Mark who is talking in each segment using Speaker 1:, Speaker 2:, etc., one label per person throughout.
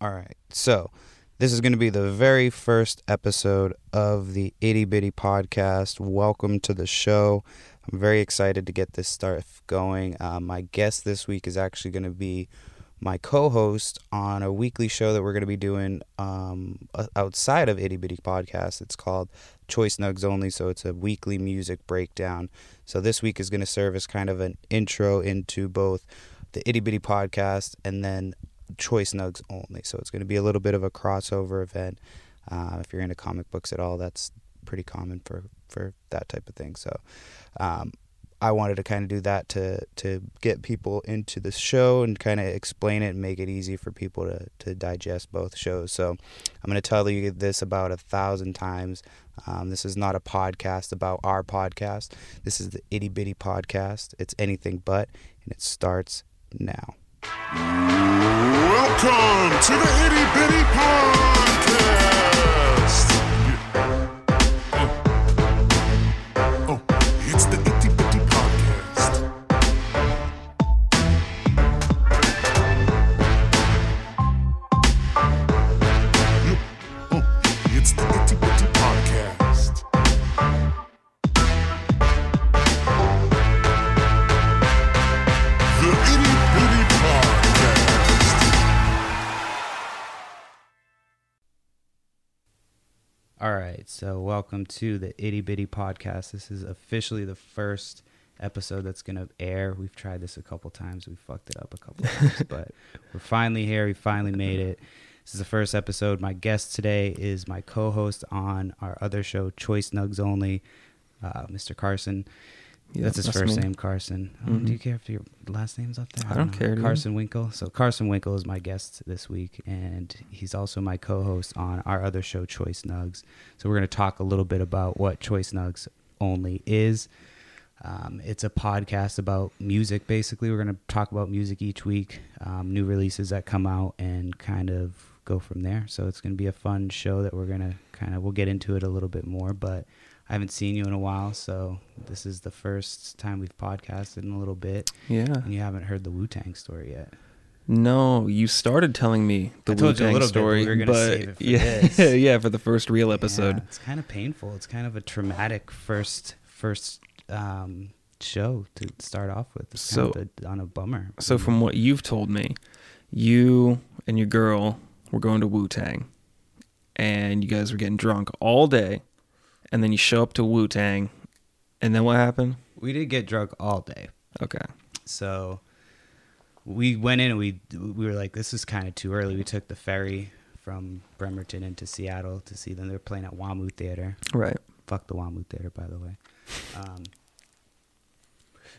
Speaker 1: All right. So, this is going to be the very first episode of the Itty Bitty Podcast. Welcome to the show. I'm very excited to get this stuff going. Uh, my guest this week is actually going to be my co host on a weekly show that we're going to be doing um, o- outside of Itty Bitty Podcast. It's called Choice Nugs Only. So, it's a weekly music breakdown. So, this week is going to serve as kind of an intro into both the Itty Bitty Podcast and then choice nugs only. So it's going to be a little bit of a crossover event. Uh, if you're into comic books at all, that's pretty common for, for that type of thing. So um, I wanted to kind of do that to to get people into the show and kind of explain it and make it easy for people to, to digest both shows. So I'm going to tell you this about a thousand times. Um, this is not a podcast about our podcast. This is the itty bitty podcast. It's anything but, and it starts now.
Speaker 2: Welcome to the Itty Bitty Podcast. Oh. Oh, it's the Itty Bitty Podcast. Oh, it's the Itty Bitty Podcast. The Itty Bitty Podcast.
Speaker 1: All right, so welcome to the Itty Bitty Podcast. This is officially the first episode that's going to air. We've tried this a couple times. We fucked it up a couple times, but we're finally here. We finally made it. This is the first episode. My guest today is my co-host on our other show, Choice Nugs Only, uh, Mr. Carson.
Speaker 3: Yeah,
Speaker 1: that's his
Speaker 3: that's
Speaker 1: first
Speaker 3: me. Mm-hmm.
Speaker 1: name, Carson. Um, Do you care if your last name's up there? Uh,
Speaker 3: I don't care, dude.
Speaker 1: Carson Winkle. So Carson Winkle is my guest this week, and he's also my co-host on our other show, Choice Nugs. So we're going to talk a little bit about what Choice Nugs only is. Um, it's a podcast about music. Basically, we're going to talk about music each week, um, new releases that come out, and kind of go from there. So it's going to be a fun show that we're going to kind of we'll get into it a little bit more, but. I haven't seen you in a while, so this is the first time we've podcasted in a little bit.
Speaker 3: Yeah.
Speaker 1: And you haven't heard the Wu Tang story yet.
Speaker 3: No, you started telling me the
Speaker 1: I told you a
Speaker 3: Wu-Tang
Speaker 1: little bit,
Speaker 3: story,
Speaker 1: we were gonna
Speaker 3: but
Speaker 1: save it for
Speaker 3: yeah,
Speaker 1: this.
Speaker 3: yeah, for the first real episode.
Speaker 1: Yeah, it's kind of painful. It's kind of a traumatic first first um, show to start off with. It's kind
Speaker 3: So-
Speaker 1: of a, on a bummer.
Speaker 3: So from what you've told me, you and your girl were going to Wu Tang, and you guys were getting drunk all day, and then you show up to Wu Tang, and then what happened?
Speaker 1: we did get drunk all day,
Speaker 3: Okay,
Speaker 1: so we went in and we we were like, this is kind of too early. We took the ferry from Bremerton into Seattle to see them. They were playing at Wamu Theater.
Speaker 3: right.
Speaker 1: Fuck the Wamu Theater, by the way. Um,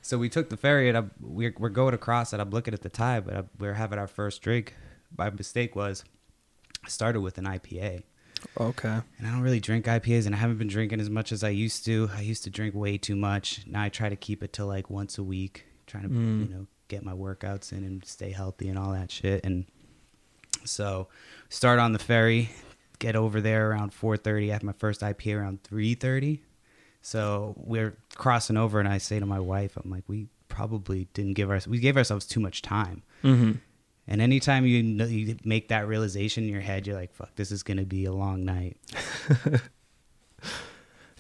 Speaker 1: so we took the ferry and I'm, we're, we're going across, and I'm looking at the time, but I, we're having our first drink. My mistake was I started with an IPA,
Speaker 3: Okay,
Speaker 1: and I don't really drink IPAs, and I haven't been drinking as much as I used to. I used to drink way too much. Now I try to keep it to like once a week, trying to you know get my workouts in and stay healthy and all that shit. And so start on the ferry, get over there around 4:30. I have my first IPA around 3:30. So we're crossing over, and I say to my wife, "I'm like, we probably didn't give our we gave ourselves too much time." Mm-hmm. And anytime you know, you make that realization in your head, you're like, "Fuck, this is gonna be a long night."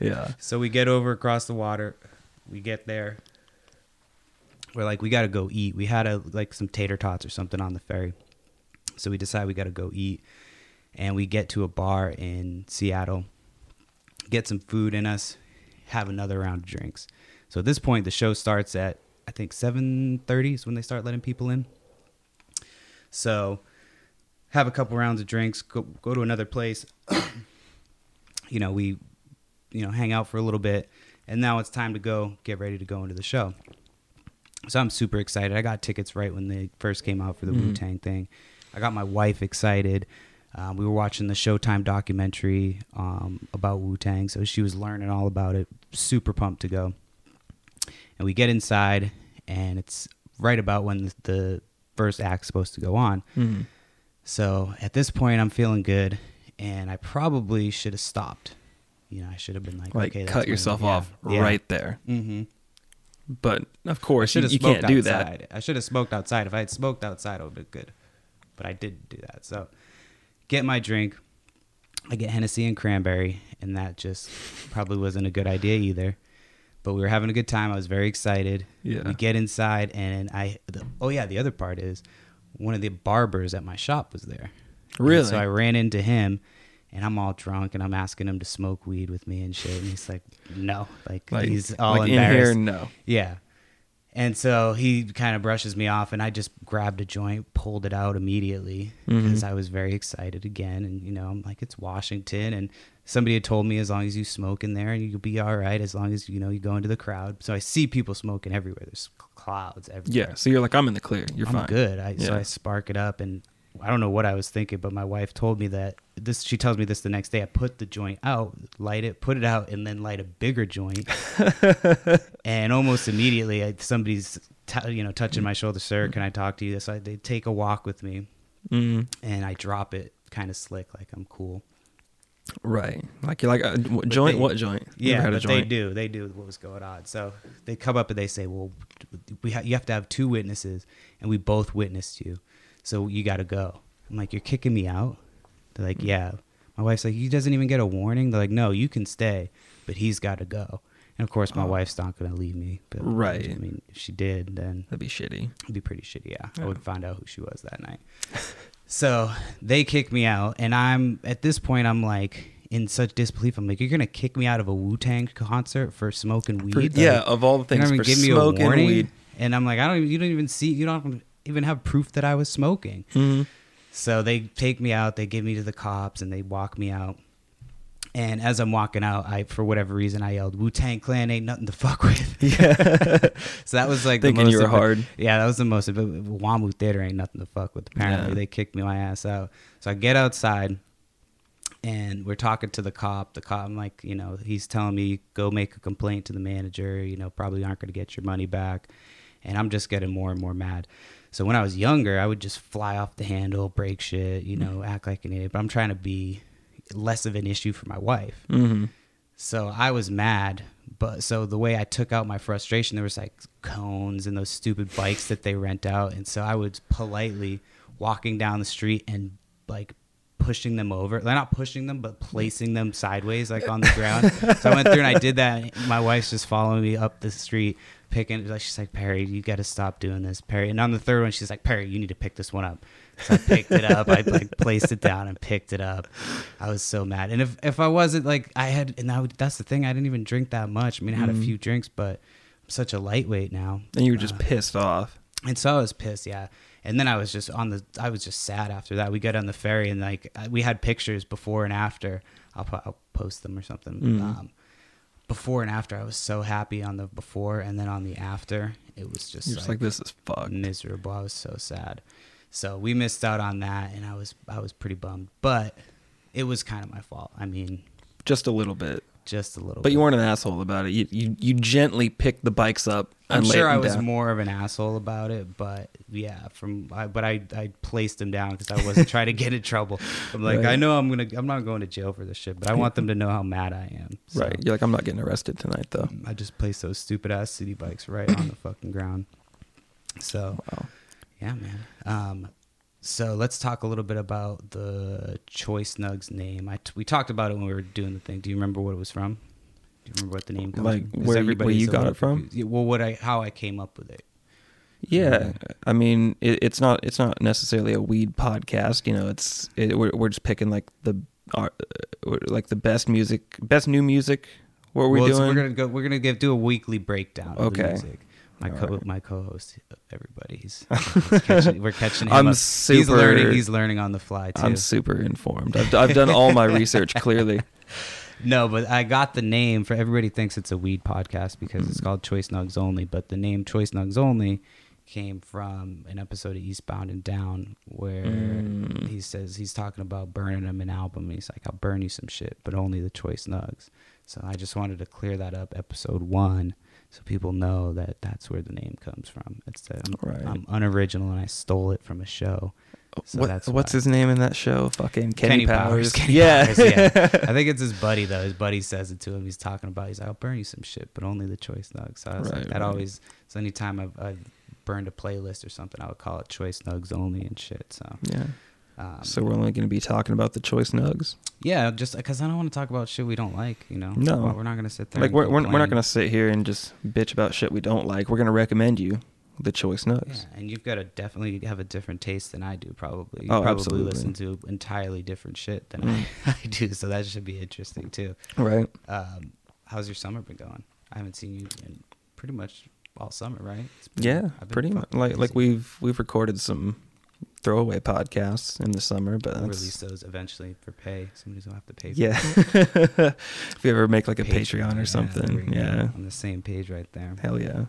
Speaker 3: yeah,
Speaker 1: So we get over across the water. We get there. We're like, we gotta go eat. We had a like some tater tots or something on the ferry. So we decide we gotta go eat. And we get to a bar in Seattle, get some food in us, have another round of drinks. So at this point the show starts at I think seven thirty is when they start letting people in. So have a couple rounds of drinks, go go to another place, you know, we, you know, hang out for a little bit, and now it's time to go get ready to go into the show. So I'm super excited. I got tickets right when they first came out for
Speaker 3: Mm-hmm.
Speaker 1: the Wu Tang thing. I got my wife excited. Um, we were watching the Showtime documentary um, about Wu Tang, so she was learning all about it. Super pumped to go. And we get inside, and it's right about when the, the first act's supposed to go on.
Speaker 3: Mm-hmm.
Speaker 1: So at this point, I'm feeling good, and I probably should have stopped. You know, I should have been like,
Speaker 3: like
Speaker 1: okay, that's
Speaker 3: cut
Speaker 1: when-
Speaker 3: yourself
Speaker 1: yeah,
Speaker 3: off
Speaker 1: yeah.
Speaker 3: right there.
Speaker 1: Mhm.
Speaker 3: But of course, you,
Speaker 1: Should have
Speaker 3: you
Speaker 1: smoked
Speaker 3: can't do that.
Speaker 1: outside. I should have smoked outside. If I had smoked outside, I would have been good. but I did do that. So get my drink. I get Hennessy and cranberry, and that just probably wasn't a good idea either. But we were having a good time. I was very excited.
Speaker 3: Yeah.
Speaker 1: We get inside, and I. The, oh yeah, the other part is one of the barbers at my shop was there. And
Speaker 3: Really?
Speaker 1: so I ran into him, and I'm all drunk, and I'm asking him to smoke weed with me and shit, and he's like, "No," like,
Speaker 3: Like-
Speaker 1: he's all
Speaker 3: like, in here,
Speaker 1: embarrassed.
Speaker 3: no.
Speaker 1: Yeah. And so he kind of brushes me off, and I just grabbed a joint, pulled it out immediately because I was very excited again. And, you know, I'm like, it's Washington. And somebody had told me as long as you smoke in there, you'll be all right, as long as, you know, you go into the crowd. So I see people smoking everywhere. There's clouds everywhere.
Speaker 3: Yeah. So you're like, I'm in the clear. You're
Speaker 1: I'm
Speaker 3: fine.
Speaker 1: good. I, So
Speaker 3: Yeah.
Speaker 1: I spark it up, and I don't know what I was thinking, but my wife told me that this. She tells me this the next day. I put the joint out, light it, put it out, and then light a bigger joint. and almost immediately, I, somebody's t- you know touching my shoulder, sir. Can I talk to you? So I, they take a walk with me,
Speaker 3: Mm-hmm.
Speaker 1: and I drop it kind of slick, like I'm cool.
Speaker 3: Right. Like you're like uh, what, joint.
Speaker 1: they-
Speaker 3: what joint? You ever
Speaker 1: Yeah,
Speaker 3: had a
Speaker 1: but they
Speaker 3: joint?
Speaker 1: do. They do what was going on. So they come up and they say, "Well, we ha- you have to have two witnesses, and we both witnessed you, so you got to go." I'm like, "You're kicking me out." They're
Speaker 3: Mm.
Speaker 1: like, "Yeah." My wife's like, "He doesn't even get a warning." They're like, "No, you can stay, but he's got to go." And of course, my wife's not going to leave me. But
Speaker 3: Oh. Right.
Speaker 1: I mean, if she did, then
Speaker 3: That'd be shitty.
Speaker 1: It'd be pretty shitty. Yeah. I would find out who she was that night. so they kick me out, and I'm at this point, I'm like in such disbelief. I'm like, you're gonna kick me out of a Wu Tang concert for smoking weed?
Speaker 3: For-
Speaker 1: Like,
Speaker 3: yeah, of all the
Speaker 1: you're not
Speaker 3: things,
Speaker 1: even
Speaker 3: for
Speaker 1: giving me a
Speaker 3: smoking
Speaker 1: warning?
Speaker 3: weed.
Speaker 1: And I'm like, I don't. even- You don't even see. You don't even have proof that I was smoking.
Speaker 3: Mm-hmm.
Speaker 1: So they take me out. They give me to the cops, and they walk me out. And as I'm walking out, I for whatever reason I yelled, "Wu Tang Clan ain't nothing to fuck with." Yeah. so that was like the
Speaker 3: Thinking
Speaker 1: most
Speaker 3: you were
Speaker 1: embar-
Speaker 3: hard.
Speaker 1: yeah, that was the most. But Wamu Theater ain't nothing to fuck with. Apparently,
Speaker 3: Yeah.
Speaker 1: they kicked me my ass out. So I get outside, and we're talking to the cop. The cop, I'm like, you know, he's telling me go make a complaint to the manager. You know, probably aren't going to get your money back. And I'm just getting more and more mad. So when I was younger, I would just fly off the handle, break shit, you know, act like an idiot. But I'm trying to be less of an issue for my wife.
Speaker 3: Mm-hmm.
Speaker 1: So I was mad, but so the way I took out my frustration, there was like cones and those stupid bikes that they rent out, and so I was politely walking down the street and like pushing them over. They're not pushing them, but placing them sideways, like on the ground. so I went through and I did that. And my wife's just following me up the street, picking. Like she's like, Perry, you got to stop doing this, Perry. And on the third one, she's like, Perry, you need to pick this one up. So I picked it up. I like placed it down and picked it up. I was so mad. And if if I wasn't like I had, and I would, that's the thing, I didn't even drink that much. I mean, I
Speaker 3: Mm-hmm.
Speaker 1: had a few drinks, but I'm such a lightweight now.
Speaker 3: And you were
Speaker 1: Uh,
Speaker 3: just pissed off.
Speaker 1: And so I was pissed, yeah. And then I was just on the, I was just sad after that. We got on the ferry and like I- we had pictures before and after. I'll, po- I'll post them or something.
Speaker 3: Mm-hmm.
Speaker 1: Um, before and after, I was so happy on the before, and then on the after, it was just
Speaker 3: You're just like, this is fucked.
Speaker 1: miserable. I was so sad. So we missed out on that, and I was I was pretty bummed. But it was kind of my fault. I mean,
Speaker 3: Just a little bit.
Speaker 1: just a little.
Speaker 3: But
Speaker 1: bit.
Speaker 3: you weren't an asshole about it. You you, you gently picked the bikes up.
Speaker 1: I'm
Speaker 3: and laid
Speaker 1: sure I
Speaker 3: them
Speaker 1: was
Speaker 3: down.
Speaker 1: more of an asshole about it, but yeah, from I, but I I placed them down because I wasn't trying to get in trouble. I'm like,
Speaker 3: Right.
Speaker 1: I know I'm gonna I'm not going to jail for this shit, but I want them to know how mad I am. So Mm.
Speaker 3: Right. You're like, I'm not getting arrested tonight, though.
Speaker 1: I just placed those stupid ass city bikes right on the fucking ground. So
Speaker 3: Wow.
Speaker 1: yeah, man. Um, so let's talk a little bit about the Choice Nugs name. I t- we talked about it when we were doing the thing. Do you remember what it was from? Do you remember what the name comes
Speaker 3: Like,
Speaker 1: from? 'Cause
Speaker 3: where you-
Speaker 1: everybody's
Speaker 3: where you
Speaker 1: a
Speaker 3: got
Speaker 1: little
Speaker 3: it from?
Speaker 1: confused. Yeah, well, what I how I came up with it.
Speaker 3: Yeah, I mean, it, it's not it's not necessarily a weed podcast. You know, it's it, we're we're just picking like the our, uh, like the best music, best new music. What we're
Speaker 1: well, it's-
Speaker 3: doing.
Speaker 1: We're gonna go. We're gonna give do a weekly breakdown. Of
Speaker 3: Okay.
Speaker 1: the music. My
Speaker 3: All
Speaker 1: co
Speaker 3: right.
Speaker 1: my co-host, everybody. He's, he's catching, we're catching him.
Speaker 3: I'm
Speaker 1: up. He's
Speaker 3: super-
Speaker 1: learning. He's learning on the fly too.
Speaker 3: I'm super informed. I've, I've done all my research clearly.
Speaker 1: no, but I got the name for everybody thinks it's a weed podcast because it's called Choice Nugs Only. But the name Choice Nugs Only came from an episode of Eastbound and Down where he says he's talking about burning him an album. And he's like, I'll burn you some shit, but only the Choice Nugs. So I just wanted to clear that up, episode one, so people know that that's where the name comes from. It's that I'm,
Speaker 3: Right.
Speaker 1: I'm unoriginal and I stole it from a show. So
Speaker 3: what,
Speaker 1: that's
Speaker 3: what's
Speaker 1: why.
Speaker 3: his name in that show? Fucking Kenny, Powers.
Speaker 1: Kenny
Speaker 3: yeah.
Speaker 1: Powers, yeah. I think it's his buddy though. His buddy says it to him. He's talking about. He's like, "I'll burn you some shit, but only the choice nugs." So I was
Speaker 3: Right,
Speaker 1: like, that
Speaker 3: right.
Speaker 1: always. So anytime I've, I've burned a playlist or something, I would call it choice nugs only and shit. So
Speaker 3: Yeah.
Speaker 1: um,
Speaker 3: So we're only going to be talking about the choice nugs.
Speaker 1: yeah, just because I don't want to talk about shit we don't like, you know.
Speaker 3: No.
Speaker 1: Well, we're not gonna sit there.
Speaker 3: Like
Speaker 1: and
Speaker 3: we're we're, we're not
Speaker 1: complain.
Speaker 3: going to sit here and just bitch about shit we don't like. We're going to recommend you the choice nugs.
Speaker 1: Yeah, and you've got to definitely have a different taste than I do. Probably, you
Speaker 3: Oh,
Speaker 1: probably
Speaker 3: absolutely. Mm.
Speaker 1: listen to entirely different shit than I, I do. So that should be interesting too.
Speaker 3: Right.
Speaker 1: Um, how's your summer been going? I haven't seen you in pretty much all summer, right? It's been-
Speaker 3: Yeah.
Speaker 1: I've been
Speaker 3: Pretty much.
Speaker 1: fucking
Speaker 3: Like like
Speaker 1: busy.
Speaker 3: we've we've recorded some throwaway podcasts in the summer, but
Speaker 1: We'll
Speaker 3: that's,
Speaker 1: release those eventually for pay. Somebody's gonna have to pay. For
Speaker 3: yeah.
Speaker 1: it.
Speaker 3: if we ever make like a Patreon,
Speaker 1: Yeah,
Speaker 3: or
Speaker 1: there
Speaker 3: something,
Speaker 1: we go.
Speaker 3: yeah.
Speaker 1: on the same page right there.
Speaker 3: Hell yeah.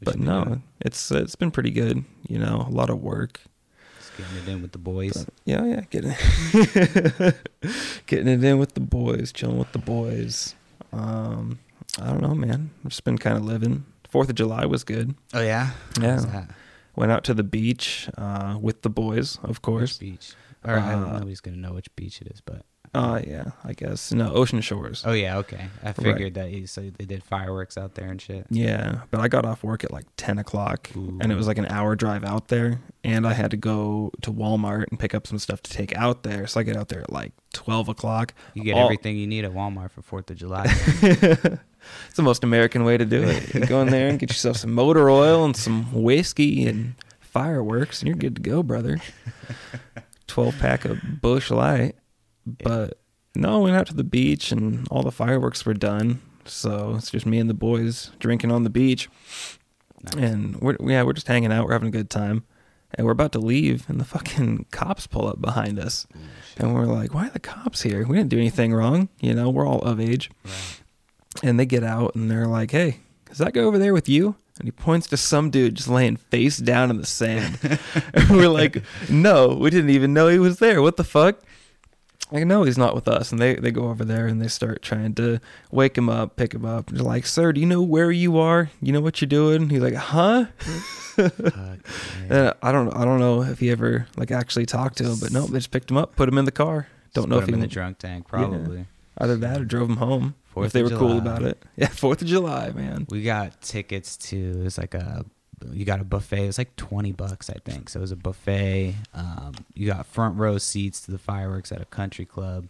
Speaker 1: We
Speaker 3: but
Speaker 1: should be
Speaker 3: no,
Speaker 1: doing
Speaker 3: it's it's been pretty good. You know, a lot of work.
Speaker 1: it. just getting it in with the boys.
Speaker 3: But yeah, yeah, getting it- getting it in with the boys, chilling with the boys. Um, I don't know, man. I've just been kind of living. Fourth of July was good.
Speaker 1: Oh yeah,
Speaker 3: Yeah.
Speaker 1: How's that?
Speaker 3: Went out to the beach uh, with the boys, of
Speaker 1: Which
Speaker 3: course.
Speaker 1: beach? Or I don't,
Speaker 3: Uh,
Speaker 1: nobody's gonna know which beach it is, but
Speaker 3: Uh, yeah, I guess no ocean shores.
Speaker 1: Oh yeah, okay. I figured that you, so they did fireworks out there and shit.
Speaker 3: Yeah, but I got off work at like 10 o'clock
Speaker 1: Ooh.
Speaker 3: and it was like an hour drive out there. And I had to go to Walmart and pick up some stuff to take out there. So I get out there at like 12 o'clock.
Speaker 1: You get
Speaker 3: All-
Speaker 1: everything you need at Walmart for Fourth of July.
Speaker 3: It's the most American way to do it. You go in there and get yourself some motor oil and some whiskey and fireworks, and you're good to go, brother. 12 pack of Bush Light. But no, I went out to the beach and all the fireworks were done. So it's just me and the boys drinking on the beach.
Speaker 1: Nice.
Speaker 3: And we're, yeah, we're just hanging out. We're having a good time. And we're about to leave, and the fucking cops pull up behind us.
Speaker 1: Oh,
Speaker 3: And we're like, why are the cops here? We didn't do anything wrong. You know, we're all of age
Speaker 1: Right.
Speaker 3: and they get out and they're like, "Hey, does that guy over there with you?" And he points to some dude just laying face down in the sand. and we're like, "No, we didn't even know he was there. What the fuck?" Like, no, he's not with us. And they, they go over there and they start trying to wake him up, pick him up. They're like, "Sir, do you know where you are? You know what you're doing?" And he's like, "Huh?" Uh,
Speaker 1: Fuck, man.
Speaker 3: And I don't I don't know if he ever like actually talked to him, but no, they just picked him up, put him in the car. Don't
Speaker 1: Just
Speaker 3: know
Speaker 1: put
Speaker 3: if
Speaker 1: 'em
Speaker 3: he
Speaker 1: in the drunk tank. Probably.
Speaker 3: either that or drove him home
Speaker 1: Fourth
Speaker 3: if they
Speaker 1: of
Speaker 3: were
Speaker 1: July.
Speaker 3: cool about it. Yeah, Fourth of July, man.
Speaker 1: We got tickets to. It was like a. You got a buffet. It was like twenty bucks, I think. So it was a buffet. Um, you got front row seats to the fireworks at a country club,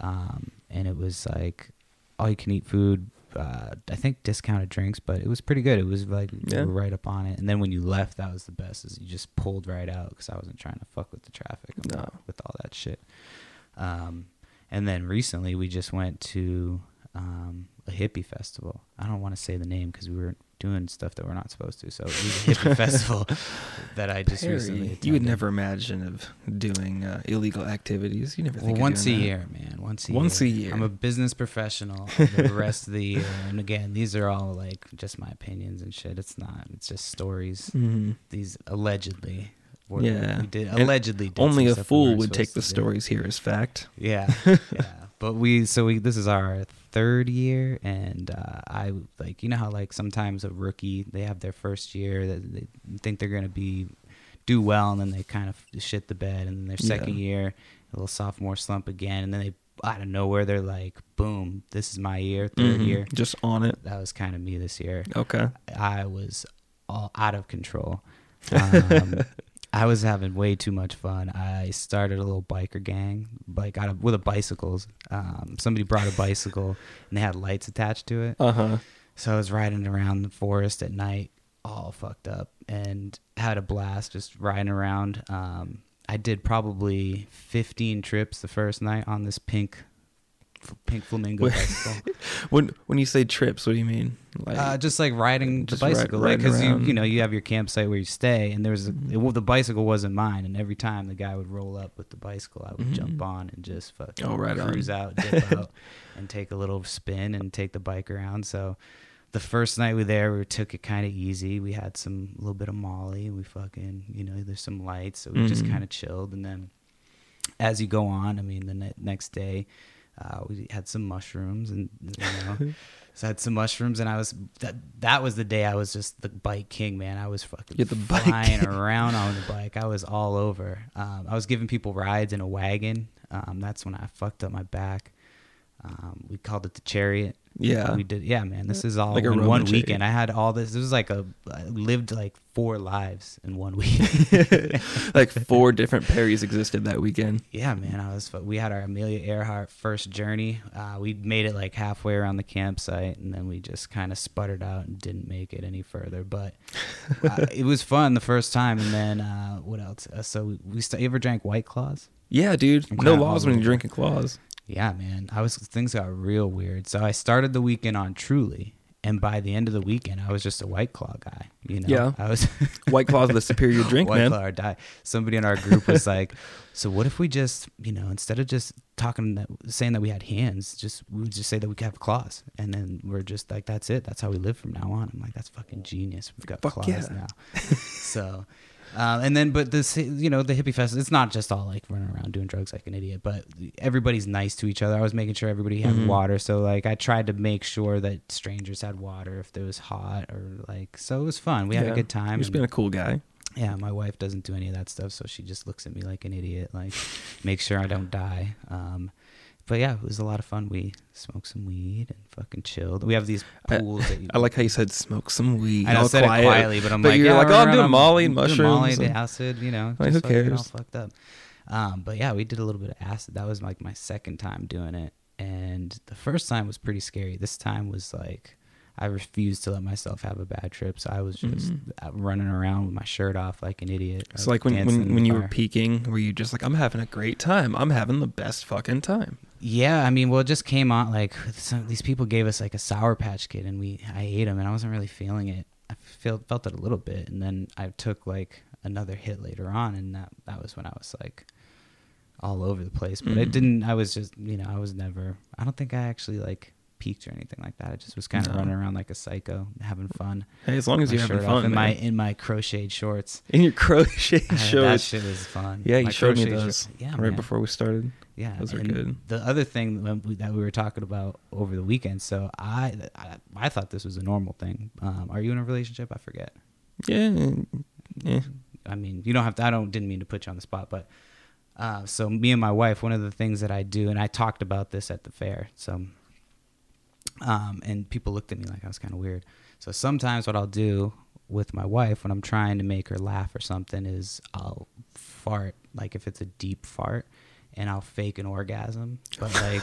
Speaker 1: um, and it was like all you can eat food. Uh, I think discounted drinks, but it was pretty good. It was like we
Speaker 3: Yeah.
Speaker 1: were right up on it. And then when you left, that was the best. Is you just pulled right out because I wasn't trying to fuck with the traffic. I'm
Speaker 3: No.
Speaker 1: not with all that shit. Um, and then recently we just went to um, a hippie festival. I don't want to say the name because we were doing stuff that we're not supposed to. So it was a hippie festival that I just
Speaker 3: Perry,
Speaker 1: recently
Speaker 3: you would
Speaker 1: attended.
Speaker 3: never imagine of doing uh, illegal activities. You never
Speaker 1: Well,
Speaker 3: think of
Speaker 1: once a
Speaker 3: doing that.
Speaker 1: year, man. Once a
Speaker 3: Once
Speaker 1: year.
Speaker 3: a year.
Speaker 1: I'm a business professional the rest of the year. And again, these are all like just my opinions and shit. It's not. It's just stories.
Speaker 3: Mhm.
Speaker 1: These allegedly. were-
Speaker 3: Yeah.
Speaker 1: We did
Speaker 3: And
Speaker 1: allegedly. Did
Speaker 3: Only
Speaker 1: some
Speaker 3: a
Speaker 1: stuff we
Speaker 3: fool
Speaker 1: weren't
Speaker 3: would take the
Speaker 1: supposed to do.
Speaker 3: stories here as fact.
Speaker 1: Yeah, yeah. But we so we this is our third year, and uh, I like you know how like sometimes a rookie they have their first year that they think they're gonna be do well, and then they kind of shit the bed, and then their
Speaker 3: Yeah.
Speaker 1: second year a little sophomore slump again, and then they out of nowhere they're like boom, this is my year, 3rd
Speaker 3: Mhm.
Speaker 1: year.
Speaker 3: Just on it.
Speaker 1: That was kind of me this year.
Speaker 3: Okay.
Speaker 1: I was all out of control. Um, I was having way too much fun. I started a little biker gang, like out of, with a bicycles. Um, somebody brought a bicycle and they had lights attached to it.
Speaker 3: Uh huh.
Speaker 1: So I was riding around the forest at night, all fucked up, and had a blast just riding around. Um, I did probably 15 trips the first night on this pink, pink flamingo
Speaker 3: Wait.
Speaker 1: bicycle.
Speaker 3: When when you say trips, what do you mean? Like,
Speaker 1: Uh, just like riding the
Speaker 3: Just ri-
Speaker 1: bicycle, like
Speaker 3: riding
Speaker 1: because you
Speaker 3: around. Mm-hmm.
Speaker 1: you know you have your campsite where you stay, and there was a, it, well, the bicycle wasn't mine, and every time the guy would roll up with the bicycle, I would jump on and just fucking
Speaker 3: Mm-hmm. Oh, right on.
Speaker 1: cruise out, dip out, and take a little spin and take the bike around. So the first night we were there, we took it kind of easy. We had some little bit of Molly. We fucking you know there's some lights, so we just
Speaker 3: Mhm.
Speaker 1: kind of chilled, and then as you go on, I mean, the ne- next day, uh, we had some mushrooms and you know, so I had some mushrooms, and I was that that was the day I was just the bike king, man. I was fucking
Speaker 3: You're the bike
Speaker 1: flying
Speaker 3: king.
Speaker 1: around on the bike. I was all over. Um, I was giving people rides in a wagon. Um, that's when I fucked up my back. Um, we called it the chariot.
Speaker 3: Yeah.
Speaker 1: we did. Yeah, man, this is all
Speaker 3: Like a
Speaker 1: in
Speaker 3: Roman
Speaker 1: one
Speaker 3: shade.
Speaker 1: weekend. I had all this. This was like a I lived like four lives in one weekend.
Speaker 3: like four different Perrys existed that weekend.
Speaker 1: Yeah, man, I was. fu- We had our Amelia Earhart first journey. Uh, we made it like halfway around the campsite, and then we just kind of sputtered out and didn't make it any further. But uh, it was fun the first time, and then uh, what else? Uh, so we, we st- you ever drank White Claws?
Speaker 3: Yeah, dude.
Speaker 1: I'm
Speaker 3: No
Speaker 1: kinda
Speaker 3: laws when
Speaker 1: hungry.
Speaker 3: you're drinking claws.
Speaker 1: Yeah, man. I was things got real weird. So I started the weekend on Truly, and by the end of the weekend, I was just a White Claw guy. You know,
Speaker 3: Yeah.
Speaker 1: I was.
Speaker 3: White claws are the superior drink,
Speaker 1: White
Speaker 3: man.
Speaker 1: Claw or die. Somebody in our group was like, "So what if we just, you know, instead of just talking that, saying that we had hands, just we would just say that we have claws, and then we're just like, that's it. That's how we live from now on." I'm like, "That's fucking genius. We've got
Speaker 3: Fuck
Speaker 1: claws
Speaker 3: yeah.
Speaker 1: now." so, um, and then, but this, you know, the hippie fest. It's not just all like running around doing drugs like an idiot, but everybody's nice to each other. I was making sure everybody had
Speaker 3: Mhm.
Speaker 1: water, so like I tried to make sure that strangers had water if it was hot or like. So it was fun. We had
Speaker 3: Yeah.
Speaker 1: a good time.
Speaker 3: You're just
Speaker 1: and-
Speaker 3: being a cool guy.
Speaker 1: yeah, my wife doesn't do any of that stuff, so she just looks at me like an idiot, like make sure I don't die. Um, but yeah, it was a lot of fun. We smoked some weed and fucking chilled. We have these
Speaker 3: I-
Speaker 1: pools. that you,
Speaker 3: I like how you said smoke some weed.
Speaker 1: I know, I
Speaker 3: all
Speaker 1: said
Speaker 3: quiet.
Speaker 1: it quietly, but I'm
Speaker 3: But
Speaker 1: like,
Speaker 3: you're
Speaker 1: yeah,
Speaker 3: like,
Speaker 1: we're
Speaker 3: oh, I'm
Speaker 1: around,
Speaker 3: doing Molly and
Speaker 1: doing Molly,
Speaker 3: mushrooms
Speaker 1: the
Speaker 3: and-
Speaker 1: acid, you know,
Speaker 3: Like,
Speaker 1: just
Speaker 3: who
Speaker 1: fucking all
Speaker 3: cares?
Speaker 1: fucked up. Um, but yeah, we did a little bit of acid. That was like my second time doing it, and the first time was pretty scary. This time was like. I refused to let myself have a bad trip, so I was just uh running around with my shirt off like an idiot.
Speaker 3: So Mm-hmm. like when
Speaker 1: dancing in
Speaker 3: when,
Speaker 1: the
Speaker 3: when you were
Speaker 1: fire.
Speaker 3: peaking, were you just like, I'm having a great time. I'm having the best fucking time.
Speaker 1: Yeah, I mean, well, it just came on like some, these people gave us like a sour patch kid, and we I ate them, and I wasn't really feeling it. I felt felt it a little bit, and then I took like another hit later on, and that that was when I was like all over the place. But I
Speaker 3: Mm.
Speaker 1: didn't. I was just you know I was never. I don't think I actually like peaked or anything like that. I just was kind of
Speaker 3: No.
Speaker 1: running around like a psycho, having fun.
Speaker 3: Hey, as long as
Speaker 1: My
Speaker 3: you're having
Speaker 1: shirt off
Speaker 3: fun,
Speaker 1: in my
Speaker 3: man.
Speaker 1: in my crocheted shorts.
Speaker 3: in your crochet
Speaker 1: I- That
Speaker 3: shorts.
Speaker 1: shit was fun.
Speaker 3: Yeah, you
Speaker 1: My
Speaker 3: showed me
Speaker 1: crochet shor-
Speaker 3: those
Speaker 1: Yeah,
Speaker 3: right
Speaker 1: man.
Speaker 3: before we started.
Speaker 1: Yeah,
Speaker 3: Those are
Speaker 1: and
Speaker 3: good.
Speaker 1: The other thing that we- that we were talking about over the weekend, so I I, I thought this was a normal thing. Um, are you in a relationship? I forget.
Speaker 3: Yeah, yeah.
Speaker 1: I mean, you don't have to. I don't didn't mean to put you on the spot, but uh, so me and my wife, one of the things that I do, and I talked about this at the fair. So, um, and people looked at me like I was kind of weird. So sometimes what I'll do with my wife when I'm trying to make her laugh or something is I'll fart, like if it's a deep fart. And I'll fake an orgasm, but like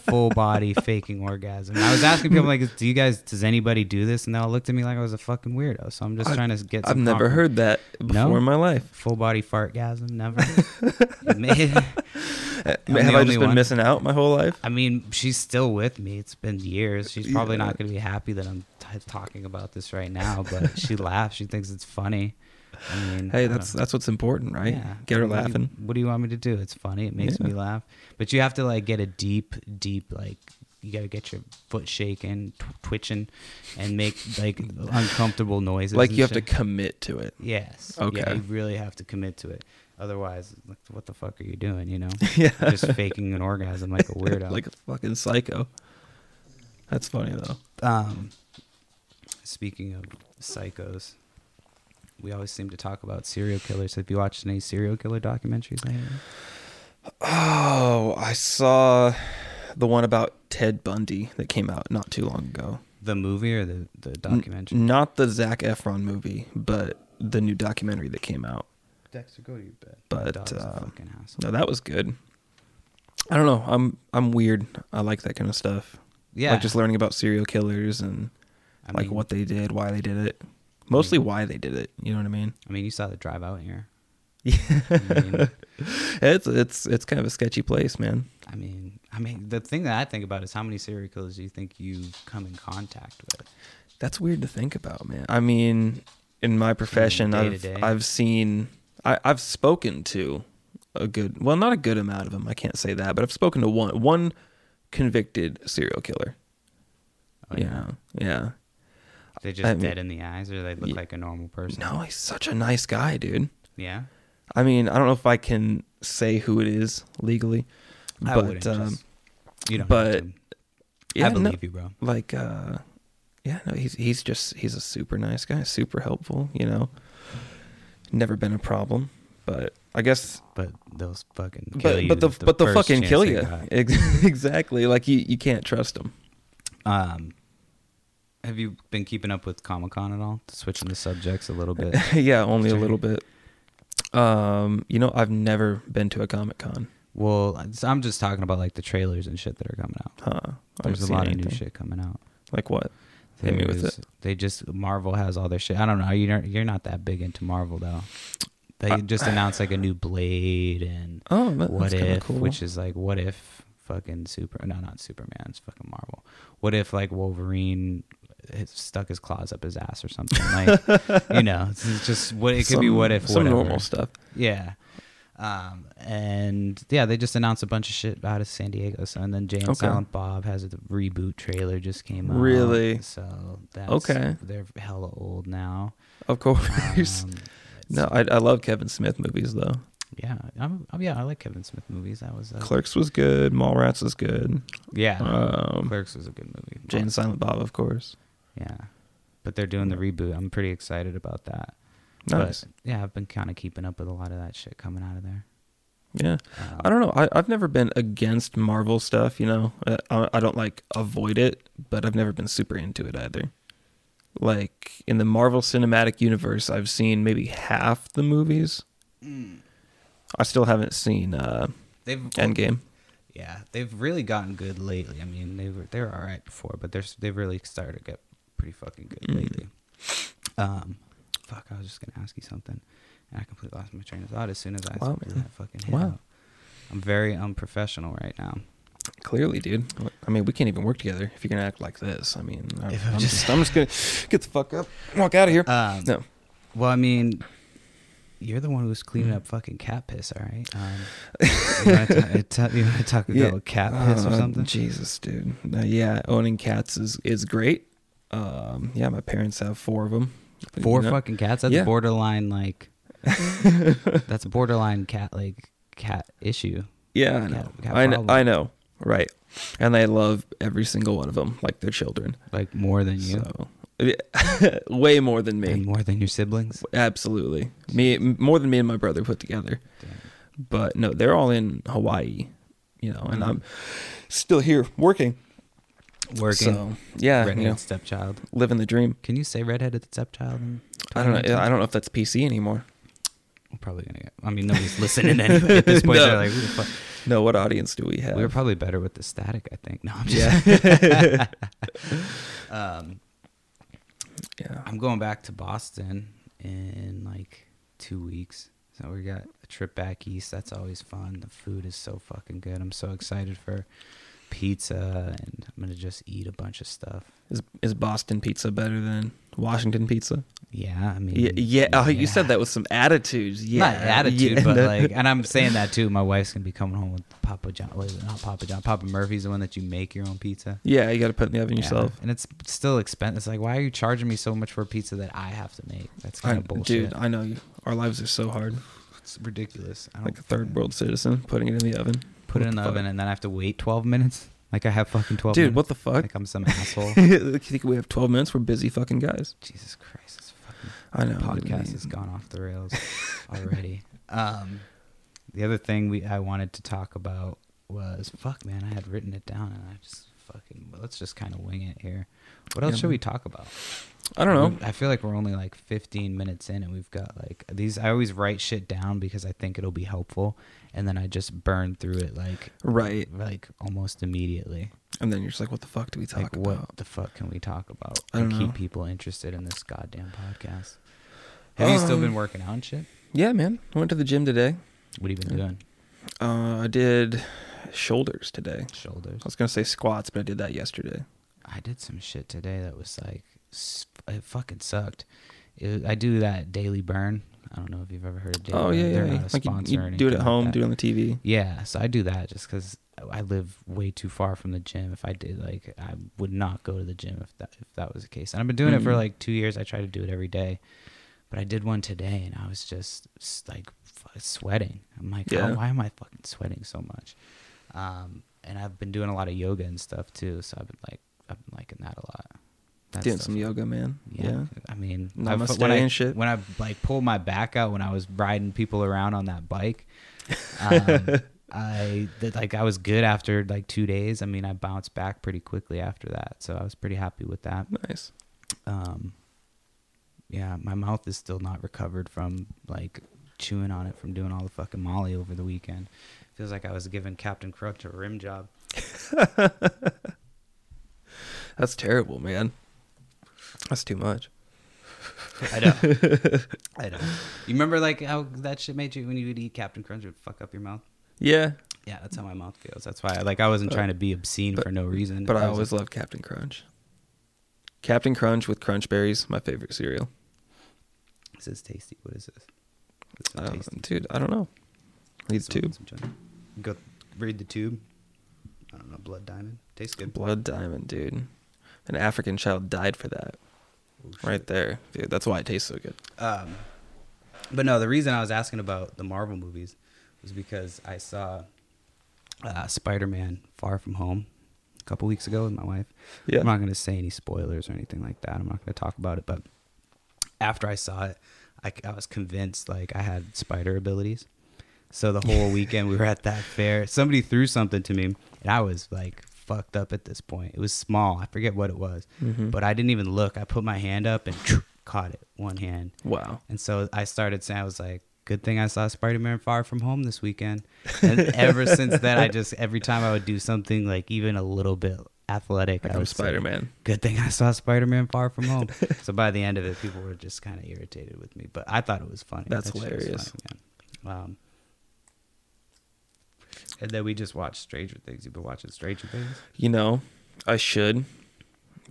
Speaker 1: full body faking orgasm. And I was asking people like, "Do you guys? Does anybody do this?" And they all looked at me like I was a fucking weirdo. So I'm just
Speaker 3: I-
Speaker 1: trying to get.
Speaker 3: I've
Speaker 1: some
Speaker 3: never
Speaker 1: confidence
Speaker 3: heard that before
Speaker 1: No?
Speaker 3: in my life.
Speaker 1: full body fartgasm never May- I'm the
Speaker 3: Have I
Speaker 1: only
Speaker 3: just been
Speaker 1: one.
Speaker 3: missing out my whole life?
Speaker 1: i mean she's still with me it's been years she's probably
Speaker 3: Yeah.
Speaker 1: not going to be happy that i'm t- talking about this right now but she laughs she thinks it's funny i mean I
Speaker 3: Hey,
Speaker 1: don't
Speaker 3: that's
Speaker 1: know.
Speaker 3: that's what's important, right?
Speaker 1: Yeah.
Speaker 3: Get her
Speaker 1: What do you-
Speaker 3: laughing.
Speaker 1: what do you want me to do? It's funny. It makes
Speaker 3: Yeah.
Speaker 1: me laugh. But you have to like get a deep, deep like you got to get your foot shaking, tw- twitching, and make like uncomfortable noises.
Speaker 3: Like
Speaker 1: and
Speaker 3: you have to
Speaker 1: shit.
Speaker 3: commit to it.
Speaker 1: Yes. Yeah,
Speaker 3: Okay.
Speaker 1: you really have to commit to it. Otherwise, like, what the fuck are you doing? You know,
Speaker 3: Yeah.
Speaker 1: You're just faking an orgasm like a weirdo.
Speaker 3: like a fucking psycho. That's funny though.
Speaker 1: um, speaking of psychos, we always seem to talk about serial killers. Have you watched any serial killer documentaries? lately?
Speaker 3: Oh, I saw the one about Ted Bundy that came out not too long ago.
Speaker 1: The movie or the the
Speaker 3: N-
Speaker 1: documentary?
Speaker 3: not the Zach Efron movie, but the new documentary that came out.
Speaker 1: Dexter, go to your bed.
Speaker 3: But,
Speaker 1: Dog's a
Speaker 3: uh,
Speaker 1: fucking asshole.
Speaker 3: No, that was good. I don't know. I'm I'm weird. I like that kind of stuff.
Speaker 1: yeah,
Speaker 3: Like just learning about serial killers and
Speaker 1: I
Speaker 3: like
Speaker 1: mean-
Speaker 3: what they did, why they did it. Mostly why they did it. You know what I mean?
Speaker 1: I mean, you saw the drive out here.
Speaker 3: Yeah.
Speaker 1: I mean,
Speaker 3: It's it's it's kind of a sketchy place, man.
Speaker 1: I mean, I mean, the thing that I think about is how many serial killers do you think you've come in contact with?
Speaker 3: That's weird to think about, man. I mean, in my profession,
Speaker 1: day to
Speaker 3: I've
Speaker 1: day.
Speaker 3: I've seen I, I've spoken to a good well, not a good amount of them. I can't say that, but I've spoken to one one convicted serial killer.
Speaker 1: Oh,
Speaker 3: you know? yeah.
Speaker 1: They're just
Speaker 3: I mean-
Speaker 1: dead in the eyes, or they look
Speaker 3: Ye-
Speaker 1: like a normal person.
Speaker 3: No, he's such a nice guy, dude.
Speaker 1: Yeah.
Speaker 3: I mean, I don't know if I can say who it is legally,
Speaker 1: I
Speaker 3: but
Speaker 1: wouldn't
Speaker 3: um,
Speaker 1: just- you don't.
Speaker 3: but-
Speaker 1: have to.
Speaker 3: yeah,
Speaker 1: I
Speaker 3: no,
Speaker 1: believe you, bro.
Speaker 3: like uh yeah no he's he's just he's a super nice guy super helpful you know never been a problem but i guess
Speaker 1: But they'll fucking kill
Speaker 3: but
Speaker 1: you.
Speaker 3: but the, but they'll
Speaker 1: first
Speaker 3: fucking
Speaker 1: chance
Speaker 3: kill
Speaker 1: they
Speaker 3: you
Speaker 1: got.
Speaker 3: Ex- exactly like you you can't trust them
Speaker 1: Um, have you been keeping up with Comic Con at all? Switching the subjects a little bit.
Speaker 3: yeah, only a
Speaker 1: Sorry.
Speaker 3: little bit. Um, you know, I've never been to a Comic Con.
Speaker 1: well, it's- I'm just talking about like the trailers and shit that are coming out.
Speaker 3: Huh. I haven't
Speaker 1: There's a
Speaker 3: seen
Speaker 1: lot of new
Speaker 3: anything.
Speaker 1: shit coming out.
Speaker 3: Like what? Hit me with
Speaker 1: There's- They just Marvel has all their shit. I don't know. You're you're not that big into Marvel though. They just announced like a new Blade and
Speaker 3: Oh, that,
Speaker 1: What
Speaker 3: that's kind of
Speaker 1: If,
Speaker 3: cool.
Speaker 1: which is like what if fucking super no not Superman, it's fucking Marvel. What if like Wolverine has stuck his claws up his ass or something like you know it's it's just what it could be
Speaker 3: Some-
Speaker 1: what if
Speaker 3: some
Speaker 1: whatever.
Speaker 3: normal stuff.
Speaker 1: yeah um and yeah they just announced a bunch of shit out of san diego so and then jay and
Speaker 3: Okay.
Speaker 1: silent bob has a reboot trailer just came out
Speaker 3: Really?
Speaker 1: so that's
Speaker 3: Okay.
Speaker 1: they're hella old now
Speaker 3: Of course.
Speaker 1: um,
Speaker 3: no, I, I love Kevin Smith movies though.
Speaker 1: yeah I'm, oh, yeah i like kevin smith movies that was uh,
Speaker 3: Clerks was good. Mallrats is good.
Speaker 1: yeah
Speaker 3: Um,
Speaker 1: Clerks was a good movie.
Speaker 3: Jane and Silent Bob, of course.
Speaker 1: Yeah. But they're doing the reboot. I'm pretty excited about that.
Speaker 3: Nice.
Speaker 1: But yeah, I've been kind of keeping up with a lot of that shit coming out of there.
Speaker 3: yeah.
Speaker 1: Um,
Speaker 3: I don't know. I, I've never been against Marvel stuff, you know. Uh, I, I don't like avoid it, but I've never been super into it either. Like in the Marvel Cinematic Universe, I've seen maybe half the movies.
Speaker 1: Hmm.
Speaker 3: I still haven't seen uh,
Speaker 1: They've
Speaker 3: Endgame.
Speaker 1: Yeah, they've really gotten good lately. I mean, they were they were all right before, but they're s- they've really started to get pretty fucking good
Speaker 3: Mm-hmm.
Speaker 1: lately. Um, fuck, I was just gonna ask you something, and I completely lost my train of thought as soon as I
Speaker 3: Wow,
Speaker 1: said
Speaker 3: man.
Speaker 1: that fucking hit
Speaker 3: Wow.
Speaker 1: up. I'm very unprofessional right now.
Speaker 3: Clearly, dude. I mean, we can't even work together if you're gonna act like this. I mean, I- I'm,
Speaker 1: If I'm
Speaker 3: just,
Speaker 1: just-
Speaker 3: I'm just gonna get the fuck up, walk out of here.
Speaker 1: Um,
Speaker 3: no,
Speaker 1: Well, I mean, you're the one who's
Speaker 3: Hmm.
Speaker 1: cleaning up fucking cat piss, all right? Um, you want to talk, you wanna talk about cat piss or
Speaker 3: Uh,
Speaker 1: something?
Speaker 3: Jesus, dude. Uh, yeah, owning cats is is great. Um, yeah, my parents have four of them.
Speaker 1: Four fucking cats? That's
Speaker 3: Yeah.
Speaker 1: borderline, like, that's borderline cat, like, cat issue.
Speaker 3: Yeah, I
Speaker 1: cat-
Speaker 3: know.
Speaker 1: cat
Speaker 3: I know.
Speaker 1: problem.
Speaker 3: I know. Right. And I love every single one of them like their children.
Speaker 1: Like, more than you.
Speaker 3: So way more than
Speaker 1: and
Speaker 3: me.
Speaker 1: more than your siblings?
Speaker 3: Absolutely. Me m- more than me and my brother put together. But no, they're all in Hawaii, you know,
Speaker 1: Mm-hmm.
Speaker 3: and I'm still here working.
Speaker 1: Working.
Speaker 3: So, yeah,
Speaker 1: redheaded
Speaker 3: you know,
Speaker 1: stepchild.
Speaker 3: living the dream.
Speaker 1: Can you say redheaded stepchild? in
Speaker 3: I don't know.
Speaker 1: 2019?
Speaker 3: I don't know if that's PC anymore.
Speaker 1: We're probably going to get, I mean, nobody's listening anyway. At this point,
Speaker 3: No.
Speaker 1: they're like, who the fuck?
Speaker 3: No, what audience do we have?
Speaker 1: We were probably better with the static, I think. No, I'm just
Speaker 3: yeah.
Speaker 1: um,
Speaker 3: yeah.
Speaker 1: I'm going back to Boston in like two weeks. So we got a trip back east. That's always fun. The food is so fucking good. I'm so excited for pizza and I'm gonna just eat a bunch of stuff.
Speaker 3: Is is Boston pizza better than Washington pizza?
Speaker 1: Yeah, I mean
Speaker 3: Yeah, yeah. Oh, you said that with some attitudes. Yeah,
Speaker 1: Not attitude,
Speaker 3: Yeah.
Speaker 1: but like and I'm saying that too. My wife's gonna be coming home with Papa John what is it? Not Papa John. Papa Murphy's the one that you make your own pizza.
Speaker 3: yeah, you got to put it in the oven
Speaker 1: Yeah.
Speaker 3: yourself.
Speaker 1: And it's still expensive. It's like why are you charging me so much for a pizza that I have to make? That's
Speaker 3: I,
Speaker 1: kind of bullshit.
Speaker 3: dude, I know you. Our lives are so hard.
Speaker 1: it's ridiculous. I don't
Speaker 3: Like a third world citizen, putting it in the oven.
Speaker 1: put it
Speaker 3: What
Speaker 1: in the
Speaker 3: fuck?
Speaker 1: oven and then I have to wait 12 minutes. Like I have fucking 12
Speaker 3: Dude,
Speaker 1: minutes.
Speaker 3: what the fuck?
Speaker 1: Like oh. I'm some asshole.
Speaker 3: you think we have twelve minutes? We're busy fucking guys.
Speaker 1: Jesus Christ, this fucking
Speaker 3: I know.
Speaker 1: podcast has gone off the rails already. Um, the other thing we I wanted to talk about was fuck man, I had written it down and I just fucking well, let's just kind of wing it here. What else
Speaker 3: Yeah,
Speaker 1: should
Speaker 3: man.
Speaker 1: we talk about?
Speaker 3: I don't
Speaker 1: We- I feel like we're only like 15 minutes in and we've got like these I always write shit down because I think it'll be helpful and then I just burn through it like
Speaker 3: know. Right,
Speaker 1: like almost immediately.
Speaker 3: and then you're just like, what the fuck do we talk
Speaker 1: like
Speaker 3: about?
Speaker 1: what the fuck can we talk about
Speaker 3: I don't
Speaker 1: to keep
Speaker 3: know.
Speaker 1: people interested in this goddamn podcast? Have you still been
Speaker 3: Um,
Speaker 1: working out and shit?
Speaker 3: Yeah, man. I went to the gym today.
Speaker 1: What have you been doing?
Speaker 3: Uh, I did shoulders today.
Speaker 1: Shoulders.
Speaker 3: I was gonna say squats, but I did that yesterday.
Speaker 1: I did some shit today that was like, s- it fucking sucked. It, I do that daily burn. I don't know if you've ever heard of daily
Speaker 3: oh
Speaker 1: burn.
Speaker 3: yeah, yeah.
Speaker 1: They're
Speaker 3: yeah.
Speaker 1: not a
Speaker 3: Like you,
Speaker 1: sponsor or
Speaker 3: you
Speaker 1: anything
Speaker 3: do it at
Speaker 1: like
Speaker 3: home,
Speaker 1: that.
Speaker 3: do it on the TV.
Speaker 1: Yeah, so I do that just because I live way too far from the gym. If I did, like, I would not go to the gym if that if that was the case. And I've been doing it for
Speaker 3: Mhm.
Speaker 1: like two years. I try to do it every day, but I did one today, and I was just s- like f- sweating. I'm like,
Speaker 3: Yeah.
Speaker 1: "How- why am I fucking sweating so much? Um, and I've been doing a lot of yoga and stuff too, so I've been like, I've been liking that a lot. That
Speaker 3: doing
Speaker 1: stuff-
Speaker 3: some yoga, man.
Speaker 1: yeah.
Speaker 3: Yeah.
Speaker 1: I mean,
Speaker 3: Namaste
Speaker 1: I,
Speaker 3: and shit.
Speaker 1: When I like pulled my back out when I was riding people around on that bike, um, I that like I was good after like two days. I mean, I bounced back pretty quickly after that, so I was pretty happy with that.
Speaker 3: Nice.
Speaker 1: Um, yeah, my mouth is still not recovered from like chewing on it from doing all the fucking Molly over the weekend. Feels like I was giving Captain Crunch a rim job.
Speaker 3: That's terrible, man. That's too much.
Speaker 1: I know. I know. You remember like how that shit made you when you would eat Captain Crunch, it would fuck up your mouth.
Speaker 3: Yeah,
Speaker 1: Yeah, that's how my mouth feels. That's why, I, like, I wasn't trying to be obscene
Speaker 3: but-
Speaker 1: for no reason.
Speaker 3: but I
Speaker 1: was-
Speaker 3: always loved Captain Crunch. Captain Crunch with Crunch Berries, my favorite cereal.
Speaker 1: This is tasty. What is this? It's
Speaker 3: I
Speaker 1: not
Speaker 3: don't-
Speaker 1: tasty.
Speaker 3: Um, dude, I don't know. Need
Speaker 1: This
Speaker 3: a
Speaker 1: one
Speaker 3: tube.
Speaker 1: has some joint. Go read the tube. I don't know. Blood diamond. Tastes good.
Speaker 3: Blood Diamond, dude. An African child died for that.
Speaker 1: Oh,
Speaker 3: right there, dude. That's why it tastes so good.
Speaker 1: Um, but no, the reason I was asking about the Marvel movies was because I saw uh, Spider Man Far From Home a couple weeks ago with my wife.
Speaker 3: Yeah.
Speaker 1: I'm not going to say any spoilers or anything like that. I'm not going to talk about it. But after I saw it, I, I was convinced like I had spider abilities. So the whole weekend we were at that fair. Somebody threw something to me, and I was like fucked up at this point. It was small. I forget what it was, but I didn't even look. I put my hand up and caught it one hand.
Speaker 3: Wow.
Speaker 1: And so I started saying, I was like, good thing I saw Spider Man Far From Home this weekend. And ever since then, I just, every time I would do something like even a little bit athletic,
Speaker 3: Like
Speaker 1: I
Speaker 3: I'm
Speaker 1: would say,
Speaker 3: Spider-Man.
Speaker 1: Good thing I saw Spider Man Far From Home. so by the end of it, people were just kind of irritated with me, but I thought it was funny.
Speaker 3: That's
Speaker 1: That shit was
Speaker 3: hilarious.
Speaker 1: funny, man. um, and then we just watched Stranger Things. You've been watching Stranger Things?
Speaker 3: You know, I should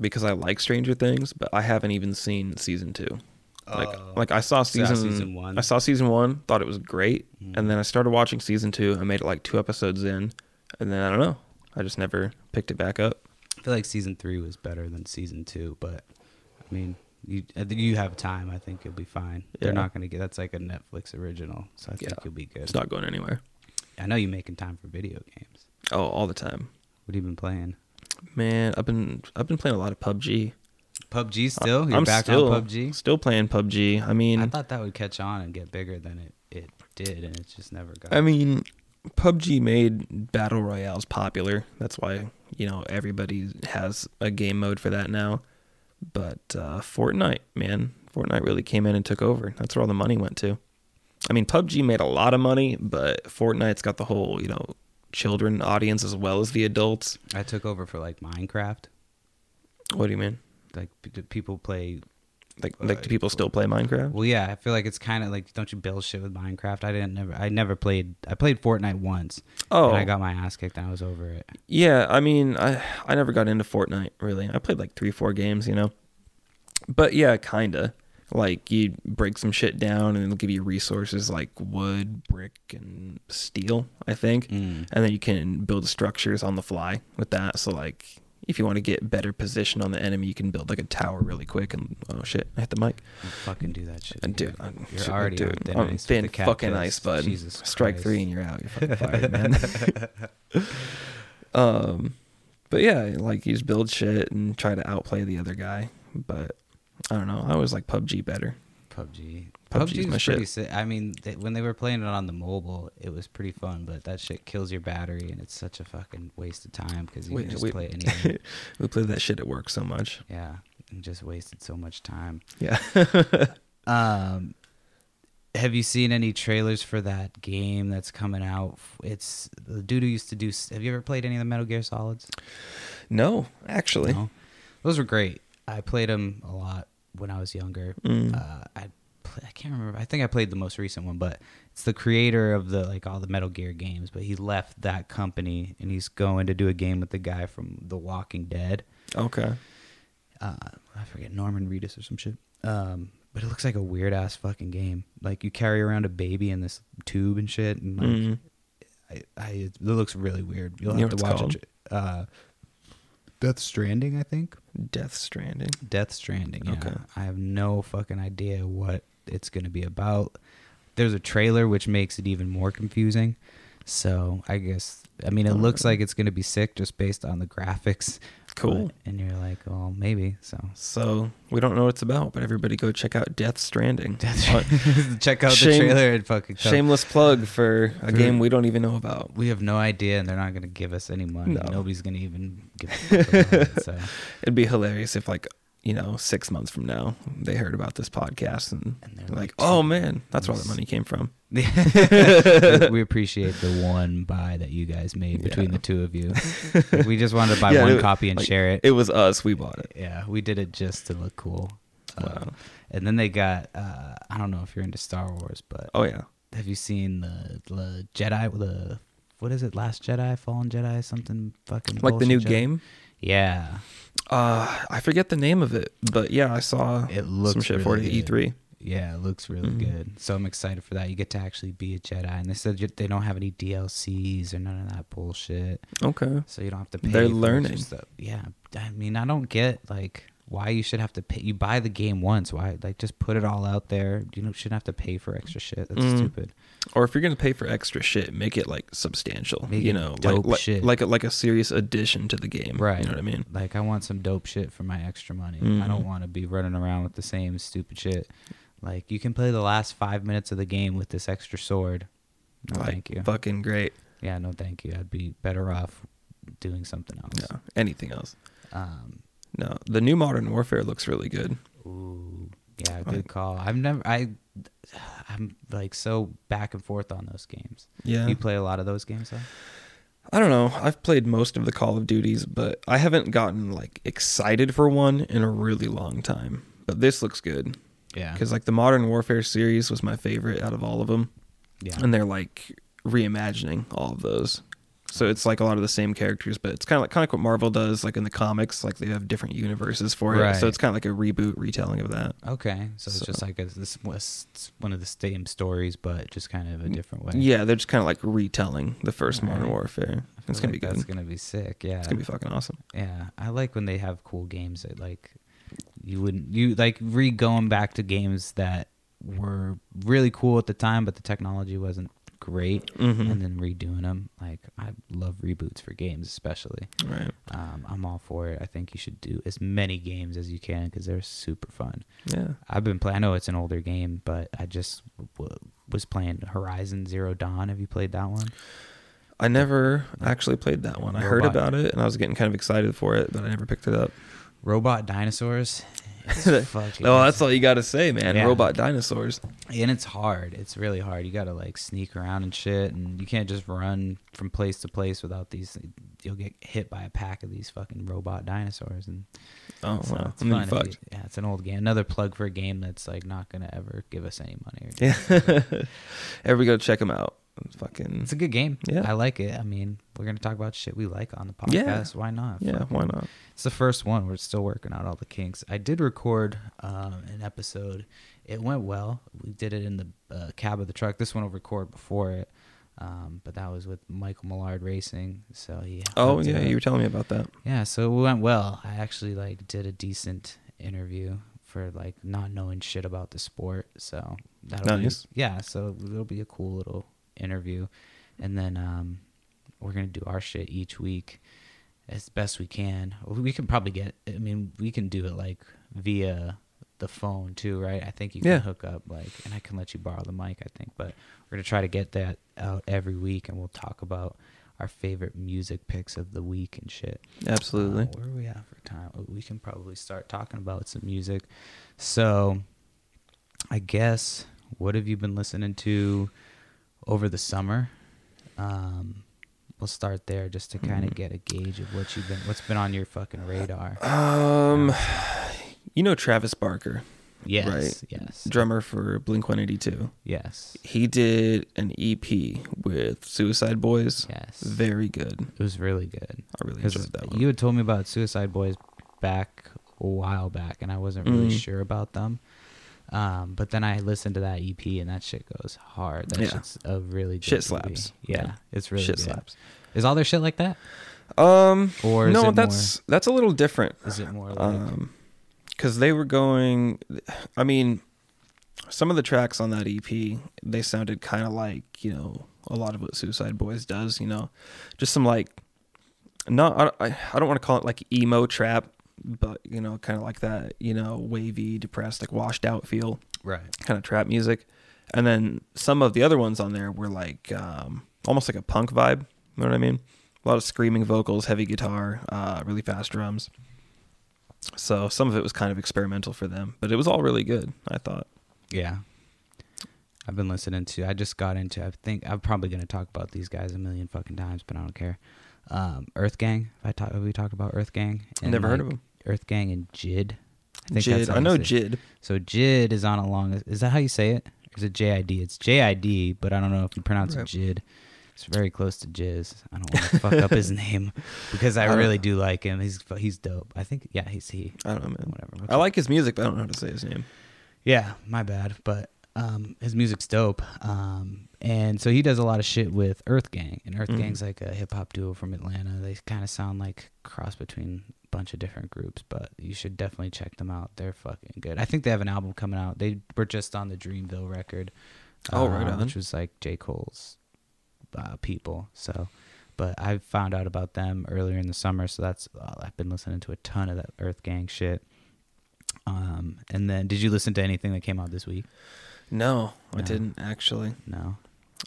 Speaker 3: because I like Stranger Things, but I haven't even seen season two. Like,
Speaker 1: Oh.
Speaker 3: like I
Speaker 1: Saw
Speaker 3: saw season,
Speaker 1: season one. Mm.
Speaker 3: I saw season one, thought it was great, and then I started watching season two. I made it like two episodes in, and then I don't know. I just never picked it back up.
Speaker 1: I feel like season three was better than season two, but I mean, you I think you have time. I think you'll be fine.
Speaker 3: Yeah.
Speaker 1: They're not going to get that's like a Netflix original, so I think
Speaker 3: Yeah.
Speaker 1: you'll be good.
Speaker 3: It's not going anywhere.
Speaker 1: I know you're making time for video games.
Speaker 3: Oh, all the time,
Speaker 1: What have you been playing?
Speaker 3: man. I've been I've been playing a lot of PUBG.
Speaker 1: PUBG still? You're
Speaker 3: I'm
Speaker 1: back
Speaker 3: still
Speaker 1: on PUBG.
Speaker 3: still playing PUBG. I mean,
Speaker 1: I thought that would catch on and get bigger than it it did, and it just never got.
Speaker 3: I mean, PUBG made battle royales popular. That's why you know everybody has a game mode for that now. But uh, Fortnite, man, Fortnite really came in and took over. That's where all the money went to. I mean, PUBG made a lot of money, but Fortnite's got the whole you know children audience as well as the adults.
Speaker 1: I took over for like Minecraft.
Speaker 3: What do you mean?
Speaker 1: Like p- do people play.
Speaker 3: Like, like do people still play Minecraft?
Speaker 1: Well, yeah, I feel like it's kind of like don't you build shit with Minecraft? I didn't never. I never played. I played Fortnite once.
Speaker 3: Oh.
Speaker 1: And I got my ass kicked, and I was over it.
Speaker 3: Yeah, I mean, I I never got into Fortnite really. I played like three, four games, you know. But yeah, kinda. Like you break some shit down, and it'll give you resources like wood, brick, and steel, I think.
Speaker 1: Mm.
Speaker 3: And then you can build structures on the fly with that. So like, if you want to get better position on the enemy, you can build like a tower really quick. And oh shit, I hit the mic.
Speaker 1: Don't fucking do that shit.
Speaker 3: And
Speaker 1: dude.
Speaker 3: dude, I'm,
Speaker 1: You're already
Speaker 3: dude,
Speaker 1: on thin
Speaker 3: I'm
Speaker 1: ice with
Speaker 3: thin
Speaker 1: the cat
Speaker 3: fucking
Speaker 1: piss.
Speaker 3: ice, bud.
Speaker 1: Jesus
Speaker 3: Strike
Speaker 1: Christ.
Speaker 3: three and you're out. You're fucking fired, man. um, but yeah, like you just build shit and try to outplay the other guy. But I don't know. I always like PUBG better.
Speaker 1: PUBG.
Speaker 3: PUBG is
Speaker 1: PUBG
Speaker 3: my
Speaker 1: is pretty
Speaker 3: shit.
Speaker 1: sick. I mean, th- when they were playing it on the mobile, it was pretty fun, but that shit kills your battery, and it's such a fucking waste of time because you can just play anything.
Speaker 3: we played that shit at work so much.
Speaker 1: yeah, and just wasted so much time.
Speaker 3: Yeah.
Speaker 1: Um, have you seen any trailers for that game that's coming out? It's the dude who used to do. s- Have you ever played any of the Metal Gear Solids?
Speaker 3: No, actually.
Speaker 1: No? Those were great. I played them a lot when I was younger.
Speaker 3: Mm.
Speaker 1: Uh, I pl- I can't remember. I think I played the most recent one, but it's the creator of the like all the Metal Gear games. But he left that company and he's going to do a game with the guy from The Walking Dead.
Speaker 3: Okay.
Speaker 1: Uh, I forget Norman Reedus or some shit. Um, but it looks like a weird ass fucking game. Like you carry around a baby in this tube and shit, and like
Speaker 3: Mm.
Speaker 1: I, I, it looks really weird. You'll
Speaker 3: You know
Speaker 1: have to
Speaker 3: what it's
Speaker 1: watch it. Uh, Death Stranding, I think.
Speaker 3: Death Stranding.
Speaker 1: Death Stranding. Yeah.
Speaker 3: Okay.
Speaker 1: I have no fucking idea what it's going to be about. There's a trailer which makes it even more confusing. So I guess I mean it looks like it's going to be sick just based on the graphics,
Speaker 3: cool.
Speaker 1: But- and you're like, well, maybe. So
Speaker 3: So we don't know what it's about, but everybody go check out Death Stranding.
Speaker 1: check out
Speaker 3: Shame-
Speaker 1: the trailer and fucking tell-
Speaker 3: Shameless plug for a
Speaker 1: For-
Speaker 3: game we don't even know about.
Speaker 1: We have no idea, and they're not going to give us any money.
Speaker 3: No.
Speaker 1: Nobody's going to even give. A fuck about it, so
Speaker 3: It'd be hilarious if like you know six months from now they heard about this podcast and,
Speaker 1: And they're
Speaker 3: they're
Speaker 1: like,
Speaker 3: like, oh
Speaker 1: "Dude,
Speaker 3: man, that's where all that
Speaker 1: this-
Speaker 3: money came from.
Speaker 1: we, we appreciate the one buy that you guys made between the
Speaker 3: Yeah.
Speaker 1: two of you. we just wanted to buy
Speaker 3: Yeah,
Speaker 1: one
Speaker 3: it-
Speaker 1: copy and
Speaker 3: like,
Speaker 1: share it.
Speaker 3: It was us. We bought it.
Speaker 1: Yeah, we did it just to look cool. Uh,
Speaker 3: Wow.
Speaker 1: and then they got uh, I don't know if you're into Star Wars, but
Speaker 3: Oh yeah.
Speaker 1: have you seen the, the Jedi the what is it? Last Jedi, Fallen Jedi, something fucking
Speaker 3: Like the
Speaker 1: bullshit
Speaker 3: new
Speaker 1: Jedi?
Speaker 3: game.
Speaker 1: Yeah,
Speaker 3: Uh, I forget the name of it, but yeah, I saw
Speaker 1: It looks
Speaker 3: some shit
Speaker 1: really
Speaker 3: for it at E
Speaker 1: good.
Speaker 3: E3.
Speaker 1: yeah, it looks really
Speaker 3: Mhm.
Speaker 1: good. So I'm excited for that. You get to actually be a Jedi, and they said you- they don't have any DLCs or none of that bullshit.
Speaker 3: Okay.
Speaker 1: so you don't have to pay.
Speaker 3: They're
Speaker 1: for extra
Speaker 3: learning.
Speaker 1: stuff. Yeah, I mean, I don't get like why you should have to pay. You buy the game once. Why like just put it all out there? You don't shouldn't have to pay for extra shit. That's
Speaker 3: Mm.
Speaker 1: stupid.
Speaker 3: Or if you're gonna pay for extra shit, make it like substantial.
Speaker 1: Make
Speaker 3: you
Speaker 1: it
Speaker 3: know,
Speaker 1: dope
Speaker 3: like
Speaker 1: shit.
Speaker 3: like like a, like a serious addition to the game.
Speaker 1: Right.
Speaker 3: You know what I mean?
Speaker 1: Like I want some dope shit for my extra money. I
Speaker 3: Mhm.
Speaker 1: don't want to be running around with the same stupid shit. Like you can play the last five minutes of the game with this extra sword. No,
Speaker 3: like
Speaker 1: Oh, thank you.
Speaker 3: fucking great.
Speaker 1: yeah, no, thank you. I'd be better off doing something else.
Speaker 3: No, anything else.
Speaker 1: Um,
Speaker 3: No, the new Modern Warfare looks really good.
Speaker 1: Ooh, yeah,
Speaker 3: Like-
Speaker 1: good call. I've never, I, I'm like so back and forth on those games.
Speaker 3: Yeah.
Speaker 1: You play a lot of those games, though.
Speaker 3: I don't know. I've played most of the Call of Duties, but I haven't gotten like excited for one in a really long time. But this looks good
Speaker 1: Yeah,
Speaker 3: because like the Modern Warfare series was my favorite out of all of them,
Speaker 1: yeah,
Speaker 3: and they're like reimagining all of those. So it's like a lot of the same characters, but it's kind of like kind of like what Marvel does, like in the comics, like they have different universes for it.
Speaker 1: Right.
Speaker 3: So it's kind of like a reboot retelling of that.
Speaker 1: okay. So it's
Speaker 3: So-
Speaker 1: just like a, this was it's one of the same stories, but just kind of a different way.
Speaker 3: Yeah, they're just kind of like retelling the first Modern
Speaker 1: Alright.
Speaker 3: Warfare.
Speaker 1: I feel
Speaker 3: It's gonna
Speaker 1: like
Speaker 3: be good.
Speaker 1: That's gonna be sick. Yeah,
Speaker 3: It's gonna be fucking awesome.
Speaker 1: yeah. I like when they have cool games that like you wouldn't you like re going back to games that were really cool at the time, but the technology wasn't great.
Speaker 3: Mhm.
Speaker 1: And then redoing them, like I love reboots for games, especially.
Speaker 3: Right.
Speaker 1: Um, I'm all for it. I think you should do as many games as you can because they're super fun.
Speaker 3: Yeah.
Speaker 1: I've been playing. I know it's an older game, but I just w- was playing Horizon Zero Dawn. Have you played that one?
Speaker 3: I never actually played that one. I heard
Speaker 1: Robot.
Speaker 3: about it and I was getting kind of excited for it, but I never picked it up.
Speaker 1: Robot dinosaurs. It's fucking
Speaker 3: Oh, that's all you got to say, man.
Speaker 1: Yeah.
Speaker 3: Robot dinosaurs.
Speaker 1: and it's hard. It's really hard. You gotta like sneak around and shit, and you can't just run from place to place without these. You'll get hit by a pack of these fucking robot dinosaurs, and
Speaker 3: Oh,
Speaker 1: so
Speaker 3: wow.
Speaker 1: it's
Speaker 3: I'm gonna be
Speaker 1: fun if you-
Speaker 3: fucked.
Speaker 1: yeah, it's an old game. Another plug for a game that's like not gonna ever give us any money. Or
Speaker 3: Yeah. Everybody go check them out. Fucking.
Speaker 1: It's a good game.
Speaker 3: Yeah.
Speaker 1: I like it. I mean, we're gonna talk about shit we like on the podcast.
Speaker 3: Yeah.
Speaker 1: Why not?
Speaker 3: Yeah, why not?
Speaker 1: It's the first one. We're still working out all the kinks. I did record um, an episode. It went well. We did it in the uh, cab of the truck. This one will record before it. Um, but that was with Michael Millard Racing. So he. uh,
Speaker 3: Oh,
Speaker 1: hooked it
Speaker 3: yeah.
Speaker 1: up.
Speaker 3: You were telling me about that.
Speaker 1: Yeah, so it went well. I actually like did a decent interview for like not knowing shit about the sport. So that'll
Speaker 3: Nice.
Speaker 1: be yeah, so it'll be a cool little interview. And then um we're gonna do our shit each week as best we can. We can probably get I mean, we can do it like via the phone too, right? I think you can
Speaker 3: Yeah.
Speaker 1: hook up like and I can let you borrow the mic, I think, but we're gonna try to get that out every week and we'll talk about our favorite music picks of the week and shit.
Speaker 3: Absolutely.
Speaker 1: Uh, where are we at for time? Oh, We can probably start talking about some music. So, I guess what have you been listening to over the summer? Um, we'll start there just to
Speaker 3: Hmm.
Speaker 1: kind of get a gauge of what you've been, what's been on your fucking radar.
Speaker 3: Um, you know Travis Barker,
Speaker 1: Yes,
Speaker 3: right.
Speaker 1: yes,
Speaker 3: drummer for Blink 182.
Speaker 1: yes,
Speaker 3: He did an EP with Suicide Boys.
Speaker 1: yes.
Speaker 3: Very good.
Speaker 1: it was really good.
Speaker 3: I really
Speaker 1: 'Cause
Speaker 3: enjoyed that one.
Speaker 1: You had told me about Suicide Boys back a while back, and I wasn't really
Speaker 3: Mhm.
Speaker 1: sure about them. Um, but then I listened to that EP, and that shit goes hard. That
Speaker 3: Yeah.
Speaker 1: shit's a really good
Speaker 3: Shit
Speaker 1: EP.
Speaker 3: slaps.
Speaker 1: Yeah,
Speaker 3: Yeah.
Speaker 1: it's really
Speaker 3: Shit
Speaker 1: good.
Speaker 3: slaps.
Speaker 1: Is all their shit like that,
Speaker 3: Um,
Speaker 1: or is
Speaker 3: no,
Speaker 1: it
Speaker 3: that's that's a little different.
Speaker 1: more? Is it more like?
Speaker 3: Um, because they were going. I mean, some of the tracks on that EP they sounded kind of like you know a lot of what Suicide Boys does. You know, just some like no, I, I, I don't want to call it like emo trap, but you know, kind of like that, you know, wavy, depressed, like washed out feel,
Speaker 1: Right.
Speaker 3: kind of trap music. And then some of the other ones on there were like um, almost like a punk vibe. You know what I mean? A lot of screaming vocals, heavy guitar, uh, really fast drums. So some of it was kind of experimental for them, but it was all really good. I thought.
Speaker 1: Yeah. I've been listening to. I just got into. I think I'm probably gonna talk about these guys a million fucking times, but I don't care. Um, Earth Gang. If I talk, have we talked about Earth Gang.
Speaker 3: Never heard of
Speaker 1: like,
Speaker 3: 'em.
Speaker 1: Earth Gang and Jid. I
Speaker 3: Jid,
Speaker 1: how
Speaker 3: I
Speaker 1: you
Speaker 3: know
Speaker 1: say it.
Speaker 3: Jid.
Speaker 1: So Jid is on a long. Is that how you say it? Or Is it JID? It's JID, but I don't know if you pronounce
Speaker 3: Right.
Speaker 1: it Jid. It's very close to Jizz. I don't want to fuck up his name because I,
Speaker 3: don't
Speaker 1: really
Speaker 3: know.
Speaker 1: do like him. He's fu- he's dope. I think yeah, he's he.
Speaker 3: I don't know, man.
Speaker 1: Whatever.
Speaker 3: I like his music, but I don't know how to say his name.
Speaker 1: Yeah, my bad, but um, his music's dope. Um, and so he does a lot of shit with Earth Gang, and Earth
Speaker 3: Mhm.
Speaker 1: Gang's like a hip hop duo from Atlanta. They kind of sound like a cross between a bunch of different groups, but you should definitely check them out. They're fucking good. I think they have an album coming out. They were just on the Dreamville record.
Speaker 3: Oh, right on.
Speaker 1: Um, Which was like J Cole's uh, people. So, but I found out about them earlier in the summer, so that's uh, I've been listening to a ton of that Earth Gang shit. Um, and then did you listen to anything that came out this week?
Speaker 3: No, I
Speaker 1: No.
Speaker 3: didn't actually.
Speaker 1: No.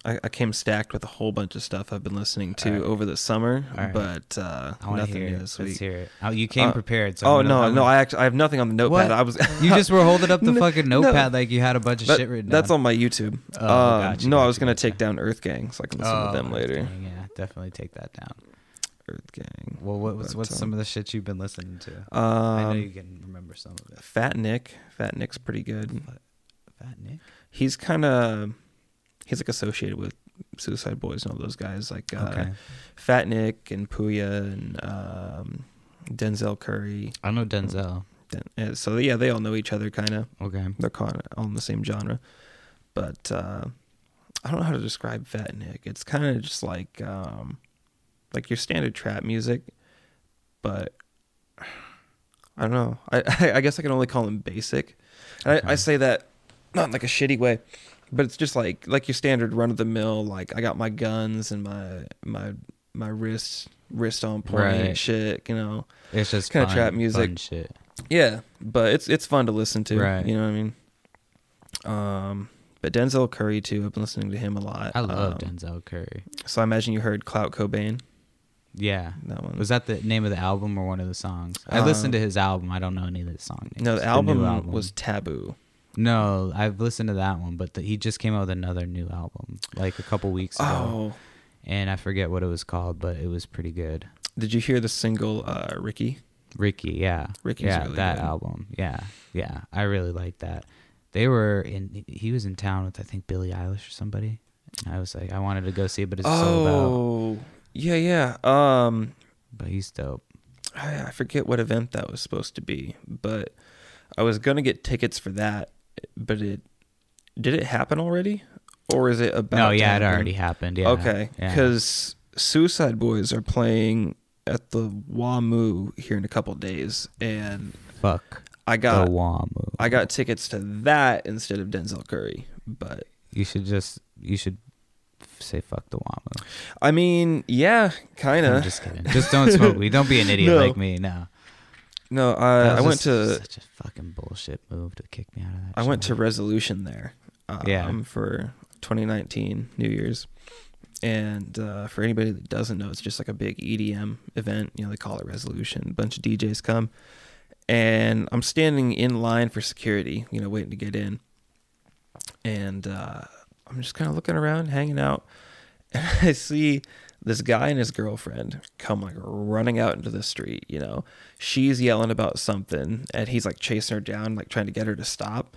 Speaker 3: I, I came stacked with a whole bunch of stuff I've been listening to
Speaker 1: All right.
Speaker 3: over the summer,
Speaker 1: All right.
Speaker 3: but uh,
Speaker 1: I want to
Speaker 3: nothing
Speaker 1: hear
Speaker 3: new
Speaker 1: it.
Speaker 3: this
Speaker 1: Let's
Speaker 3: week.
Speaker 1: hear it. Oh, you came
Speaker 3: Uh,
Speaker 1: prepared. So
Speaker 3: oh
Speaker 1: I'm gonna-
Speaker 3: no,
Speaker 1: I'm
Speaker 3: no,
Speaker 1: gonna-
Speaker 3: I actually I have nothing on the notepad.
Speaker 1: What?
Speaker 3: I was
Speaker 1: you just were holding up the
Speaker 3: No,
Speaker 1: fucking
Speaker 3: no.
Speaker 1: notepad like you had a bunch of
Speaker 3: that-
Speaker 1: shit written.
Speaker 3: that's
Speaker 1: down.
Speaker 3: on my YouTube.
Speaker 1: Oh,
Speaker 3: Uh,
Speaker 1: gotcha,
Speaker 3: no, I
Speaker 1: gotcha,
Speaker 3: was gonna
Speaker 1: gotcha.
Speaker 3: take down Earth Gang so I can listen
Speaker 1: Oh,
Speaker 3: to them
Speaker 1: Earth
Speaker 3: later.
Speaker 1: Gang, Yeah, definitely take that down.
Speaker 3: Earth Gang.
Speaker 1: Well, what was
Speaker 3: But,
Speaker 1: what's
Speaker 3: um,
Speaker 1: some of the shit you've been listening to? I know
Speaker 3: Um,
Speaker 1: you can remember some of it.
Speaker 3: Fat Nick. Fat Nick's pretty good.
Speaker 1: But Fat Nick.
Speaker 3: He's kind of he's like associated with Suicide Boys and all those guys like uh,
Speaker 1: Okay.
Speaker 3: Fat Nick and Puya and um, Denzel Curry.
Speaker 1: I know Denzel.
Speaker 3: Den- uh, So yeah, they all know each other kind of.
Speaker 1: Okay.
Speaker 3: They're kind of all in the same genre, but uh, I don't know how to describe Fat Nick. It's kind of just like um, like your standard trap music, but I don't know. I I, I guess I can only call him basic. And I, I
Speaker 1: Okay.
Speaker 3: say that not in like a shitty way, but it's just like like your standard run of the mill. Like I got my guns and my my my wrist wrist on point
Speaker 1: Right.
Speaker 3: shit. You know.
Speaker 1: It's just
Speaker 3: kinda
Speaker 1: fun-
Speaker 3: trap music.
Speaker 1: fun shit.
Speaker 3: Yeah, but it's it's fun to listen to.
Speaker 1: Right.
Speaker 3: You know what I mean? Um, but Denzel Curry too. I've been listening to him a lot.
Speaker 1: I love
Speaker 3: um,
Speaker 1: Denzel Curry.
Speaker 3: So I imagine you heard Clout Cobain.
Speaker 1: Yeah.
Speaker 3: That one
Speaker 1: Was that the name of the album or one of the songs? I
Speaker 3: Uh,
Speaker 1: listened to his album. I don't know any of the song names.
Speaker 3: no, the
Speaker 1: new
Speaker 3: album, was Taboo.
Speaker 1: No, I've listened to that one, but the, he just came out with another new album like a couple weeks ago,
Speaker 3: Oh,
Speaker 1: and I forget what it was called, but it was pretty good.
Speaker 3: did you hear the single uh, Ricky?
Speaker 1: Ricky, yeah,
Speaker 3: Ricky's
Speaker 1: yeah,
Speaker 3: really
Speaker 1: that
Speaker 3: good.
Speaker 1: album, yeah, yeah, I really like that. They were in. He was in town with I think Billie Eilish or somebody, and I was like, I wanted to go see it, but it's sold out.
Speaker 3: oh, yeah, yeah. Um,
Speaker 1: But he's dope.
Speaker 3: I, I forget what event that was supposed to be, but I was gonna get tickets for that. But it did it happen already, or is it about?
Speaker 1: No,
Speaker 3: to
Speaker 1: yeah, it
Speaker 3: happen?
Speaker 1: already happened. Yeah,
Speaker 3: okay.
Speaker 1: yeah.
Speaker 3: Because Suicide Boys are playing at the WAMU here in a couple days, and
Speaker 1: fuck
Speaker 3: I got
Speaker 1: the Wamu.
Speaker 3: I got tickets to that instead of Denzel Curry. But
Speaker 1: You should just you should f- say fuck the Wamu.
Speaker 3: I mean, yeah, kind
Speaker 1: I'm
Speaker 3: of.
Speaker 1: just kidding. Just don't smoke weed. Don't be an idiot
Speaker 3: No.
Speaker 1: like me. No,
Speaker 3: No,
Speaker 1: That
Speaker 3: I, I
Speaker 1: was
Speaker 3: went
Speaker 1: just
Speaker 3: to
Speaker 1: such a fucking bullshit move to kick me out of that.
Speaker 3: I went to
Speaker 1: job.
Speaker 3: Resolution there. Um,
Speaker 1: Yeah.
Speaker 3: For 2019 New Year's. And uh, for anybody that doesn't know, it's just like a big EDM event. You know, they call it Resolution. A bunch of DJs come. And I'm standing in line for security, you know, waiting to get in. And uh, I'm just kind of looking around, hanging out. And I see this guy and his girlfriend come like running out into the street, you know. She's yelling about something and he's like chasing her down, like trying to get her to stop.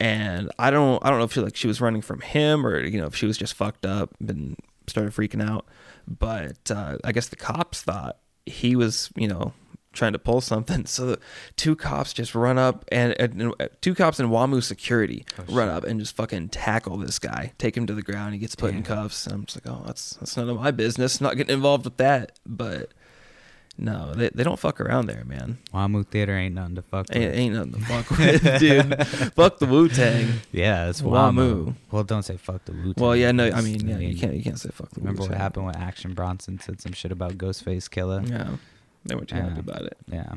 Speaker 3: And I don't I don't know if she like she was running from him or you know if she was just fucked up and started freaking out, but uh, I guess the cops thought he was, you know, trying to pull something. So the two cops just run up and, and uh, two cops in WAMU security run up and just fucking tackle this guy, take him to the ground. He gets put in cuffs. And I'm just like, oh, that's that's none of my business. Not getting involved with that. But No, they, they don't fuck around there, man.
Speaker 1: Wamu Theater ain't nothing to fuck
Speaker 3: Ain't,
Speaker 1: with.
Speaker 3: ain't nothing to fuck with, dude. fuck the Wu Tang.
Speaker 1: Yeah, it's
Speaker 3: Wamu.
Speaker 1: Wamu. Well, don't say fuck the Wu.
Speaker 3: Well, yeah, no, I mean, yeah, you can't you can't say fuck the
Speaker 1: Remember what
Speaker 3: Wu-Tang.
Speaker 1: happened when Action Bronson said some shit about Ghostface Killer?
Speaker 3: Yeah, they weren't too happy
Speaker 1: Yeah.
Speaker 3: about it.
Speaker 1: Yeah,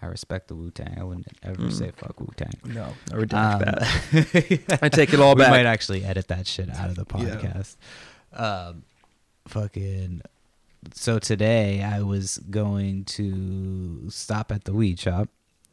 Speaker 1: I respect the Wu Tang. I wouldn't ever
Speaker 3: Mm.
Speaker 1: say fuck Wu Tang.
Speaker 3: No, I redact
Speaker 1: Um,
Speaker 3: that. I take it all
Speaker 1: we
Speaker 3: back.
Speaker 1: might actually edit that shit out of the
Speaker 3: Yeah.
Speaker 1: podcast. Um, fucking. So today I was going to stop at the weed shop,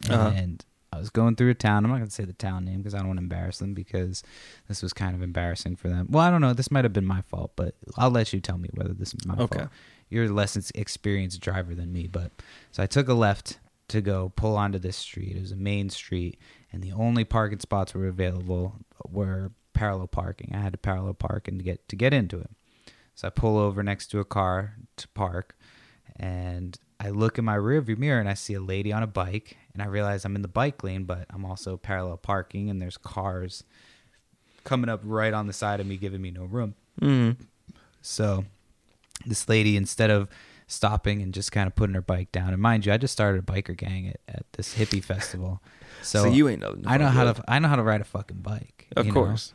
Speaker 3: Uh-huh.
Speaker 1: and I was going through a town. I'm not gonna say the town name because I don't want to embarrass them because this was kind of embarrassing for them. Well, I don't know. This might have been my fault, but I'll let you tell me whether this is my
Speaker 3: Okay.
Speaker 1: fault. You're a less ex- experienced driver than me, but so I took a left to go pull onto this street. It was a main street, and the only parking spots were available were parallel parking. I had to parallel park and to get to get into it. So I pull over next to a car to park, and I look in my rearview mirror and I see a lady on a bike, and I realize I'm in the bike lane, but I'm also parallel parking, and there's cars coming up right on the side of me, giving me no room.
Speaker 3: Mm.
Speaker 1: So this lady, instead of stopping and just kind of putting her bike down, and mind you, I just started a biker gang at, at this hippie festival. So,
Speaker 3: So, you ain't nothing.
Speaker 1: I know
Speaker 3: fuck
Speaker 1: how
Speaker 3: with.
Speaker 1: to I know how to ride a fucking bike.
Speaker 3: Of
Speaker 1: you know?
Speaker 3: course.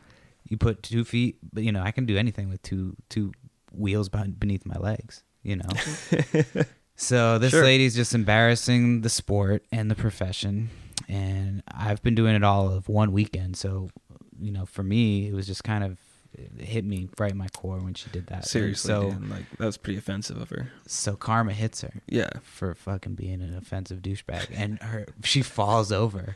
Speaker 1: You put two feet, but you know I can do anything with two two wheels behind, beneath my legs. You know. so this
Speaker 3: Sure.
Speaker 1: lady's just embarrassing the sport and the profession, and I've been doing it all of one weekend. So, you know, for me, it was just kind of it hit me right in my core when she did that. And
Speaker 3: Seriously,
Speaker 1: So
Speaker 3: dude, like that was pretty offensive of her.
Speaker 1: so karma hits her
Speaker 3: Yeah,
Speaker 1: for fucking being an offensive douchebag, and her she falls over.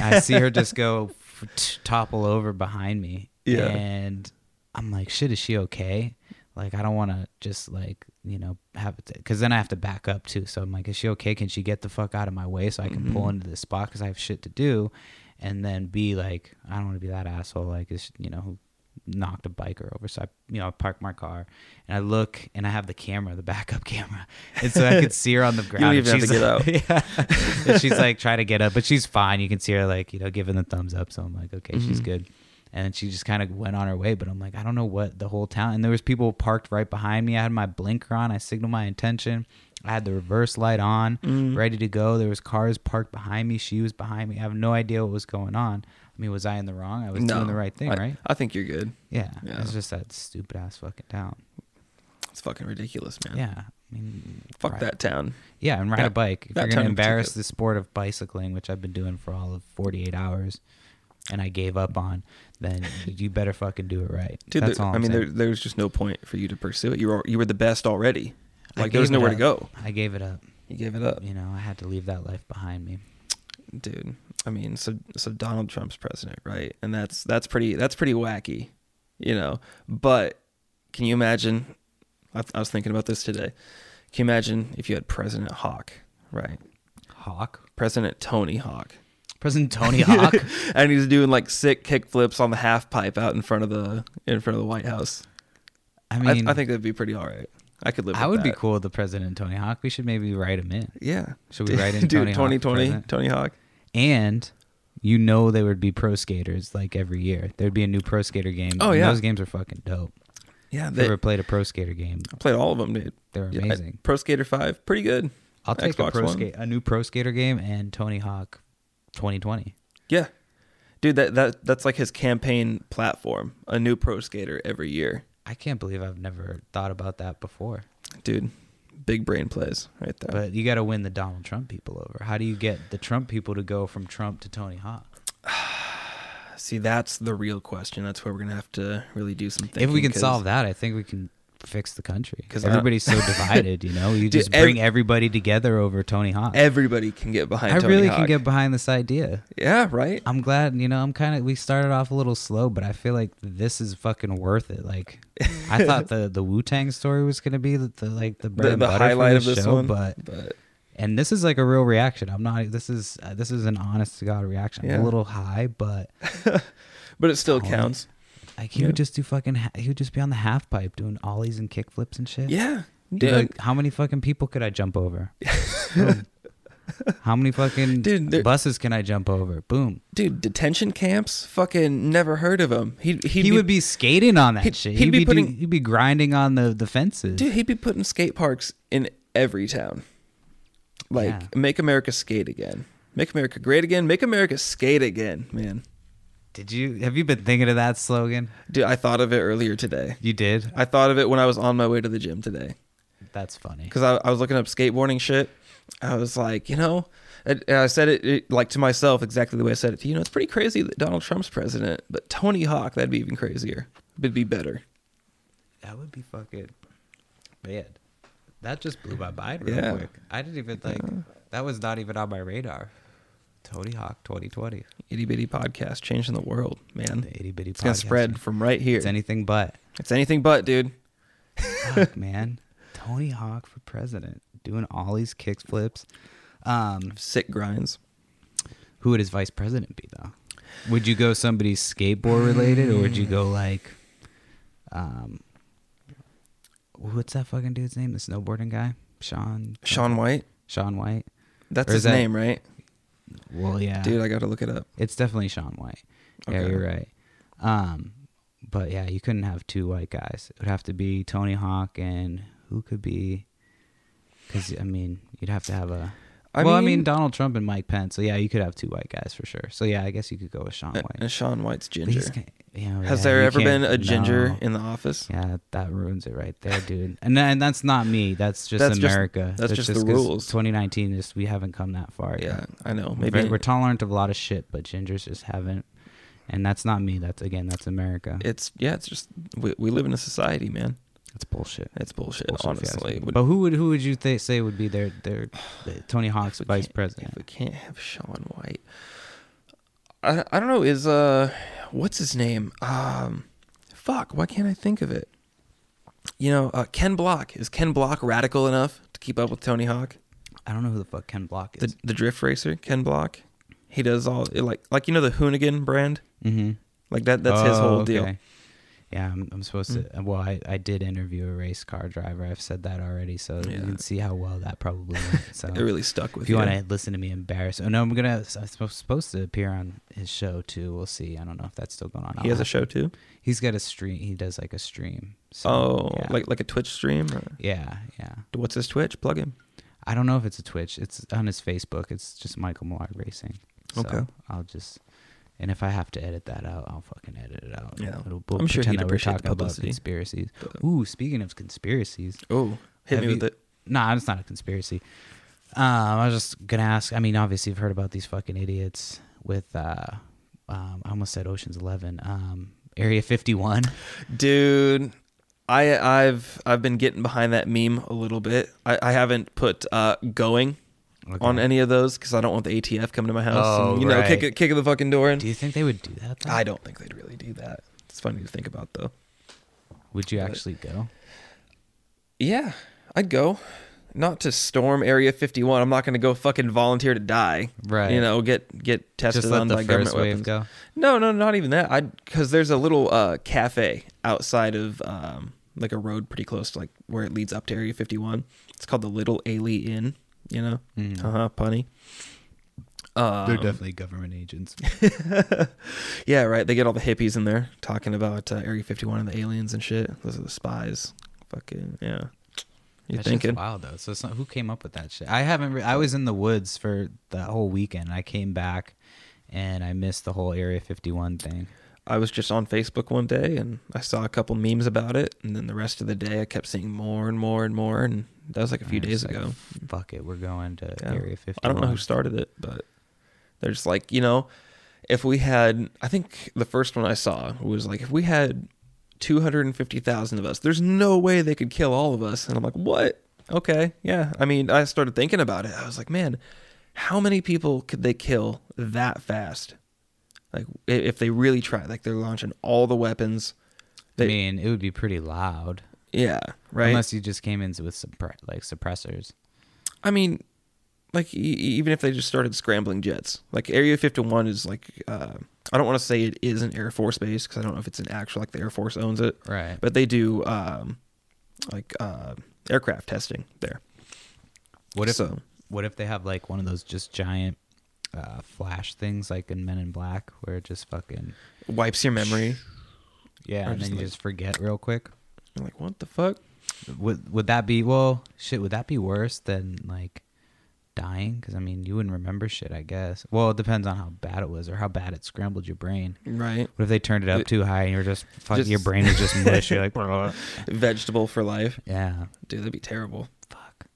Speaker 1: I see her just go f- t- topple over behind me,
Speaker 3: Yeah.
Speaker 1: and I'm like, "Shit, is she okay?" Like, I don't want to just like you know have it because then I have to back up too. So I'm like, "Is she okay? Can she get the fuck out of my way so I can pull into this spot because I have shit to do?" And then be like, "I don't want to be that asshole." Like, is you know who knocked a biker over. So I, you know, I park my car and I look and I have the camera, the backup camera. And so I could see her on the ground.
Speaker 3: even
Speaker 1: and
Speaker 3: have to
Speaker 1: she's- Yeah. and she's like trying to get up, but she's fine. You can see her like, you know, giving the thumbs up. So I'm like, okay,
Speaker 3: Mm-hmm.
Speaker 1: she's good. And she just kind of went on her way, but I'm like, I don't know what the whole town. And there was people parked right behind me. I had my blinker on. I signaled my intention. I had the reverse light on,
Speaker 3: Mm-hmm. Mm.
Speaker 1: ready to go. There was cars parked behind me. She was behind me. I have no idea what was going on. I mean, was I in the wrong? I was
Speaker 3: no,
Speaker 1: doing the right thing,
Speaker 3: I-
Speaker 1: right?
Speaker 3: I think you're good.
Speaker 1: Yeah,
Speaker 3: Yeah.
Speaker 1: it's just that stupid ass fucking town.
Speaker 3: It's fucking ridiculous, man.
Speaker 1: Yeah, I mean,
Speaker 3: Fuck
Speaker 1: right.
Speaker 3: that town.
Speaker 1: Yeah, and ride a
Speaker 3: That-
Speaker 1: bike. If
Speaker 3: that
Speaker 1: you're
Speaker 3: town
Speaker 1: gonna
Speaker 3: in
Speaker 1: embarrass
Speaker 3: particular.
Speaker 1: the sport of bicycling, which I've been doing for all of 48 hours, and I gave up on, then you better fucking do it right.
Speaker 3: Dude,
Speaker 1: That's
Speaker 3: there,
Speaker 1: all.
Speaker 3: I
Speaker 1: I'm
Speaker 3: mean, there,
Speaker 1: saying.
Speaker 3: there's just no point for you to pursue it. You were you were the best already.
Speaker 1: I
Speaker 3: Like there was
Speaker 1: gave it
Speaker 3: nowhere to
Speaker 1: up.
Speaker 3: go.
Speaker 1: I gave it up.
Speaker 3: You gave it up,
Speaker 1: You know, I had to leave that life behind me.
Speaker 3: dude. I mean, so so Donald Trump's president, right? And that's that's pretty that's pretty wacky, you know. But can you imagine? I, I was thinking about this today. Can you imagine if you had President Hawk, right?
Speaker 1: Hawk,
Speaker 3: President Tony Hawk,
Speaker 1: President Tony Hawk.
Speaker 3: and he's doing like sick kick flips on the half pipe out in front of the in front of the White House.
Speaker 1: I
Speaker 3: I,
Speaker 1: mean,
Speaker 3: I think that'd be pretty all right. I could live.
Speaker 1: I
Speaker 3: with
Speaker 1: would be
Speaker 3: that.
Speaker 1: cool with the President Tony Hawk. We should maybe write him in.
Speaker 3: Yeah.
Speaker 1: Should we write in
Speaker 3: Dude,
Speaker 1: Tony Hawk for
Speaker 3: 2020,
Speaker 1: president?
Speaker 3: Tony Hawk.
Speaker 1: and you know there would be pro skaters like every year. There'd be a new pro skater game.
Speaker 3: Oh,
Speaker 1: and
Speaker 3: yeah.
Speaker 1: those games are fucking dope.
Speaker 3: Yeah,
Speaker 1: If
Speaker 3: they
Speaker 1: you ever played a pro skater game?
Speaker 3: I played all of them, dude.
Speaker 1: They're
Speaker 3: Yeah,
Speaker 1: amazing.
Speaker 3: Pro Skater 5, pretty good.
Speaker 1: I'll take a
Speaker 3: Xbox
Speaker 1: pro
Speaker 3: One.
Speaker 1: skate, a new pro skater game, and Tony Hawk 2020.
Speaker 3: Yeah. Dude, that, that that's like his campaign platform, a new pro skater every year.
Speaker 1: I can't believe I've never thought about that before.
Speaker 3: Dude, big brain plays right there.
Speaker 1: But you got to win the Donald Trump people over. How do you get the Trump people to go from Trump to Tony Hawk?
Speaker 3: See, that's the real question. That's where we're going to have to really do some thinking.
Speaker 1: if we can solve that, I think we can fix the country.
Speaker 3: 'Cause
Speaker 1: Because
Speaker 3: I-
Speaker 1: everybody's so divided, you know. You
Speaker 3: Dude,
Speaker 1: just
Speaker 3: ev-
Speaker 1: bring everybody together over Tony Hawk.
Speaker 3: Everybody can get behind
Speaker 1: I
Speaker 3: Tony
Speaker 1: really can
Speaker 3: Hawk.
Speaker 1: get behind this idea.
Speaker 3: Yeah, right?
Speaker 1: I'm glad, you know, I'm kind of, we started off a little slow, but I feel like this is fucking worth it. Like, I thought the, the Wu Tang story was going to be the, the, like, the, bread
Speaker 3: The,
Speaker 1: and
Speaker 3: the
Speaker 1: butter for
Speaker 3: highlight of
Speaker 1: this
Speaker 3: this
Speaker 1: show,
Speaker 3: one.
Speaker 1: But,
Speaker 3: but
Speaker 1: and this is like a real reaction. I'm not, this is, uh, this is an honest to God reaction. I'm a
Speaker 3: Yeah.
Speaker 1: little high, but
Speaker 3: but it still
Speaker 1: Tony.
Speaker 3: counts.
Speaker 1: like, he
Speaker 3: Yeah.
Speaker 1: would just do fucking, ha- he would just be on the half pipe doing ollies and kickflips and shit.
Speaker 3: Yeah.
Speaker 1: Dude,
Speaker 3: Dude,
Speaker 1: like, how many fucking people could I jump over? Boom. how many fucking
Speaker 3: Dude, there-
Speaker 1: buses can I jump over? Boom.
Speaker 3: dude, detention camps, fucking never heard of him. He he'd
Speaker 1: he
Speaker 3: be,
Speaker 1: would be skating on that
Speaker 3: he'd-
Speaker 1: shit.
Speaker 3: he'd
Speaker 1: He'd,
Speaker 3: be
Speaker 1: be,
Speaker 3: putting-
Speaker 1: do, he'd be grinding on the the fences.
Speaker 3: Dude, he'd be putting skate parks in every town. Like
Speaker 1: Yeah.
Speaker 3: make America skate again. Make America great again. Make America skate again, man.
Speaker 1: Did you have you been thinking of that slogan?
Speaker 3: Dude, I thought of it earlier today.
Speaker 1: You did.
Speaker 3: I thought of it when I was on my way to the gym today.
Speaker 1: That's funny.
Speaker 3: because I, I was looking up skateboarding shit. I was like, you know, and and I said it, it like to myself exactly the way I said it to you. You know, it's pretty crazy that Donald Trump's president, but Tony Hawk, that'd be even crazier. It'd be better.
Speaker 1: That would be fucking bad. That just blew my mind real
Speaker 3: Yeah.
Speaker 1: quick. I didn't even like that was not even on my radar. Tony Hawk 2020,
Speaker 3: Itty bitty podcast changing the world, man.
Speaker 1: the itty bitty.
Speaker 3: it's gonna spread from right here.
Speaker 1: It's anything but.
Speaker 3: it's anything but, dude.
Speaker 1: Fuck, man. Tony Hawk for president, doing all these kick flips. Um,
Speaker 3: Sick grinds.
Speaker 1: who would his vice president be though? Would you go somebody skateboard related, or would you go like, um, what's that fucking dude's name? The snowboarding guy, Sean.
Speaker 3: Sean White.
Speaker 1: Sean White.
Speaker 3: That's
Speaker 1: Or is
Speaker 3: his
Speaker 1: that-
Speaker 3: name, right?
Speaker 1: Well, yeah,
Speaker 3: Dude, I gotta look it up.
Speaker 1: it's definitely Sean White. Yeah,
Speaker 3: Okay.
Speaker 1: you're right. Um, but yeah, you couldn't have two white guys. It would have to be Tony Hawk and who could be? Because I mean, you'd have to have a.
Speaker 3: I
Speaker 1: well, I mean
Speaker 3: mean-
Speaker 1: Donald Trump and Mike Pence. So yeah, you could have two white guys for sure. So yeah, I guess you could go with Sean
Speaker 3: And-
Speaker 1: White.
Speaker 3: And uh, Sean White's
Speaker 1: But he's
Speaker 3: ginger.
Speaker 1: ca- you know,
Speaker 3: Has
Speaker 1: yeah,
Speaker 3: there
Speaker 1: you
Speaker 3: ever been
Speaker 1: can't-
Speaker 3: a ginger
Speaker 1: no.
Speaker 3: in the office?
Speaker 1: yeah, that, that ruins it right there, dude. And and that's not me. That's just
Speaker 3: That's just-
Speaker 1: America.
Speaker 3: that's just the
Speaker 1: 'cause
Speaker 3: rules.
Speaker 1: 2019. Just we haven't come that far.
Speaker 3: Yeah,
Speaker 1: yet.
Speaker 3: I know.
Speaker 1: We're
Speaker 3: Maybe
Speaker 1: very- we're tolerant of a lot of shit, but gingers just haven't. And that's not me. That's again, that's America.
Speaker 3: it's yeah, it's just we, we live in a society, man.
Speaker 1: That's bullshit.
Speaker 3: It's
Speaker 1: Bullshit,
Speaker 3: bullshit,
Speaker 1: if you ask
Speaker 3: honestly.
Speaker 1: me.
Speaker 3: Would-
Speaker 1: but who would who would you th- say would be their their the- Tony Hawk's
Speaker 3: if we
Speaker 1: vice
Speaker 3: can't-
Speaker 1: president?
Speaker 3: If we can't have Sean White, I I don't know. Is uh, what's his name? Um, fuck. Why can't I think of it? You know, uh, Ken Block is Ken Block radical enough to keep up with Tony Hawk,
Speaker 1: I don't know who the fuck Ken Block
Speaker 3: the
Speaker 1: is.
Speaker 3: the drift racer. Ken Block, he does all like like you know the Hoonigan brand,
Speaker 1: mm-hmm.
Speaker 3: like that. That's his
Speaker 1: Oh,
Speaker 3: whole deal. Mm.
Speaker 1: Yeah, I'm, I'm supposed to. Well, I, I did interview a race car driver. I've said that already, so you
Speaker 3: Yeah.
Speaker 1: can see how well that probably went. So
Speaker 3: It really stuck with
Speaker 1: if you want to listen to me embarrass, oh no, I'm gonna. I'm sup- supposed to appear on his show too. We'll see. I don't know if that's still going on.
Speaker 3: He
Speaker 1: I'll
Speaker 3: has a
Speaker 1: have-
Speaker 3: show too.
Speaker 1: He's got a stream. He does like a stream. So,
Speaker 3: Oh,
Speaker 1: yeah.
Speaker 3: like like a Twitch stream. Or,
Speaker 1: yeah, yeah.
Speaker 3: what's his Twitch? Plug him.
Speaker 1: I don't know if it's a Twitch. It's on his Facebook. It's just Michael Millard Racing. So
Speaker 3: Okay.
Speaker 1: I'll just, and if I have to edit that out, I'll fucking edit it out.
Speaker 3: Yeah.
Speaker 1: It'll, we'll
Speaker 3: I'm sure
Speaker 1: pretend
Speaker 3: he'd
Speaker 1: that we're
Speaker 3: appreciate the
Speaker 1: talking about
Speaker 3: publicity.
Speaker 1: conspiracies. Ooh, speaking of conspiracies,
Speaker 3: Oh, hit
Speaker 1: Have
Speaker 3: me
Speaker 1: you-
Speaker 3: with it.
Speaker 1: Nah, it's not a conspiracy. Um, I was just gonna ask. I mean, obviously, you've heard about these fucking idiots with. Uh, um, I almost said Ocean's Eleven. Um, Area Fifty One.
Speaker 3: dude i i've i've been getting behind that meme a little bit i, I haven't put uh going on any of those because i don't want the atf coming to my house
Speaker 1: Oh,
Speaker 3: and, you know kick
Speaker 1: right.
Speaker 3: kick the fucking door in
Speaker 1: Do you think they would do that? Though?
Speaker 3: i don't think they'd really do that it's funny to think about though
Speaker 1: Would you actually go?
Speaker 3: yeah i'd go not to storm area 51 i'm not gonna go fucking volunteer to die
Speaker 1: Right.
Speaker 3: you know get get tested
Speaker 1: Just let
Speaker 3: on
Speaker 1: the
Speaker 3: by
Speaker 1: first
Speaker 3: government
Speaker 1: wave
Speaker 3: weapons
Speaker 1: go.
Speaker 3: No, no, not even that. I because there's a little uh, cafe outside of um, like a road pretty close to like where it leads up to Area 51. It's called the Little Ailey Inn. You know,
Speaker 1: Mm.
Speaker 3: uh huh, punny. Uh,
Speaker 1: definitely government agents.
Speaker 3: yeah, right. They get all the hippies in there talking about uh, Area 51 and the aliens and shit. Those are the spies. Fucking yeah. You're
Speaker 1: That's
Speaker 3: thinking?
Speaker 1: just wild though. So it's not, who came up with that shit? I haven't. Re- I was in the woods for the whole weekend. I came back, and I missed the whole Area 51 thing.
Speaker 3: I was just on Facebook one day and I saw a couple memes about it, and then the rest of the day I kept seeing more and more and more, and that was like a few
Speaker 1: And I was
Speaker 3: days
Speaker 1: like,
Speaker 3: ago.
Speaker 1: Fuck it, we're going to
Speaker 3: Yeah.
Speaker 1: Area 51.
Speaker 3: I don't know who started it, but they're just like, you know, if we had, I think the first one I saw was like, if we had 250,000 of us, there's no way they could kill all of us. And I'm like, what? Okay. Yeah. I mean, I started thinking about it. I was like, man, how many people could they kill that fast? Like, i- if they really try, like, they're launching all the weapons.
Speaker 1: I
Speaker 3: They,
Speaker 1: mean, it would be pretty loud
Speaker 3: yeah. Right.
Speaker 1: unless you just came in with suppre- like suppressors.
Speaker 3: I mean, like e- e- even if they just started scrambling jets, like Area 51 is like uh, I don't want to say it is an Air Force base because I don't know if it's an actual like the Air Force owns it,
Speaker 1: Right.
Speaker 3: but they do um, like uh, aircraft testing there.
Speaker 1: What if
Speaker 3: so?
Speaker 1: what if they have like one of those just giant uh, flash things like in Men in Black where it just fucking
Speaker 3: Wipes your memory.
Speaker 1: yeah,
Speaker 3: Or
Speaker 1: and
Speaker 3: just
Speaker 1: then you
Speaker 3: like-
Speaker 1: just forget real quick.
Speaker 3: You're like, what the fuck?
Speaker 1: Would would that be well shit? Would that be worse than like dying? Because I mean, you wouldn't remember shit, I guess. Well, it depends on how bad it was or how bad it scrambled your brain.
Speaker 3: Right.
Speaker 1: What if they turned it up
Speaker 3: It-
Speaker 1: too high and you're just fuck, your
Speaker 3: Just-
Speaker 1: brain is just mush? You're like, "Bruh."
Speaker 3: Vegetable for life.
Speaker 1: yeah,
Speaker 3: Dude, that'd be terrible.
Speaker 1: fuck.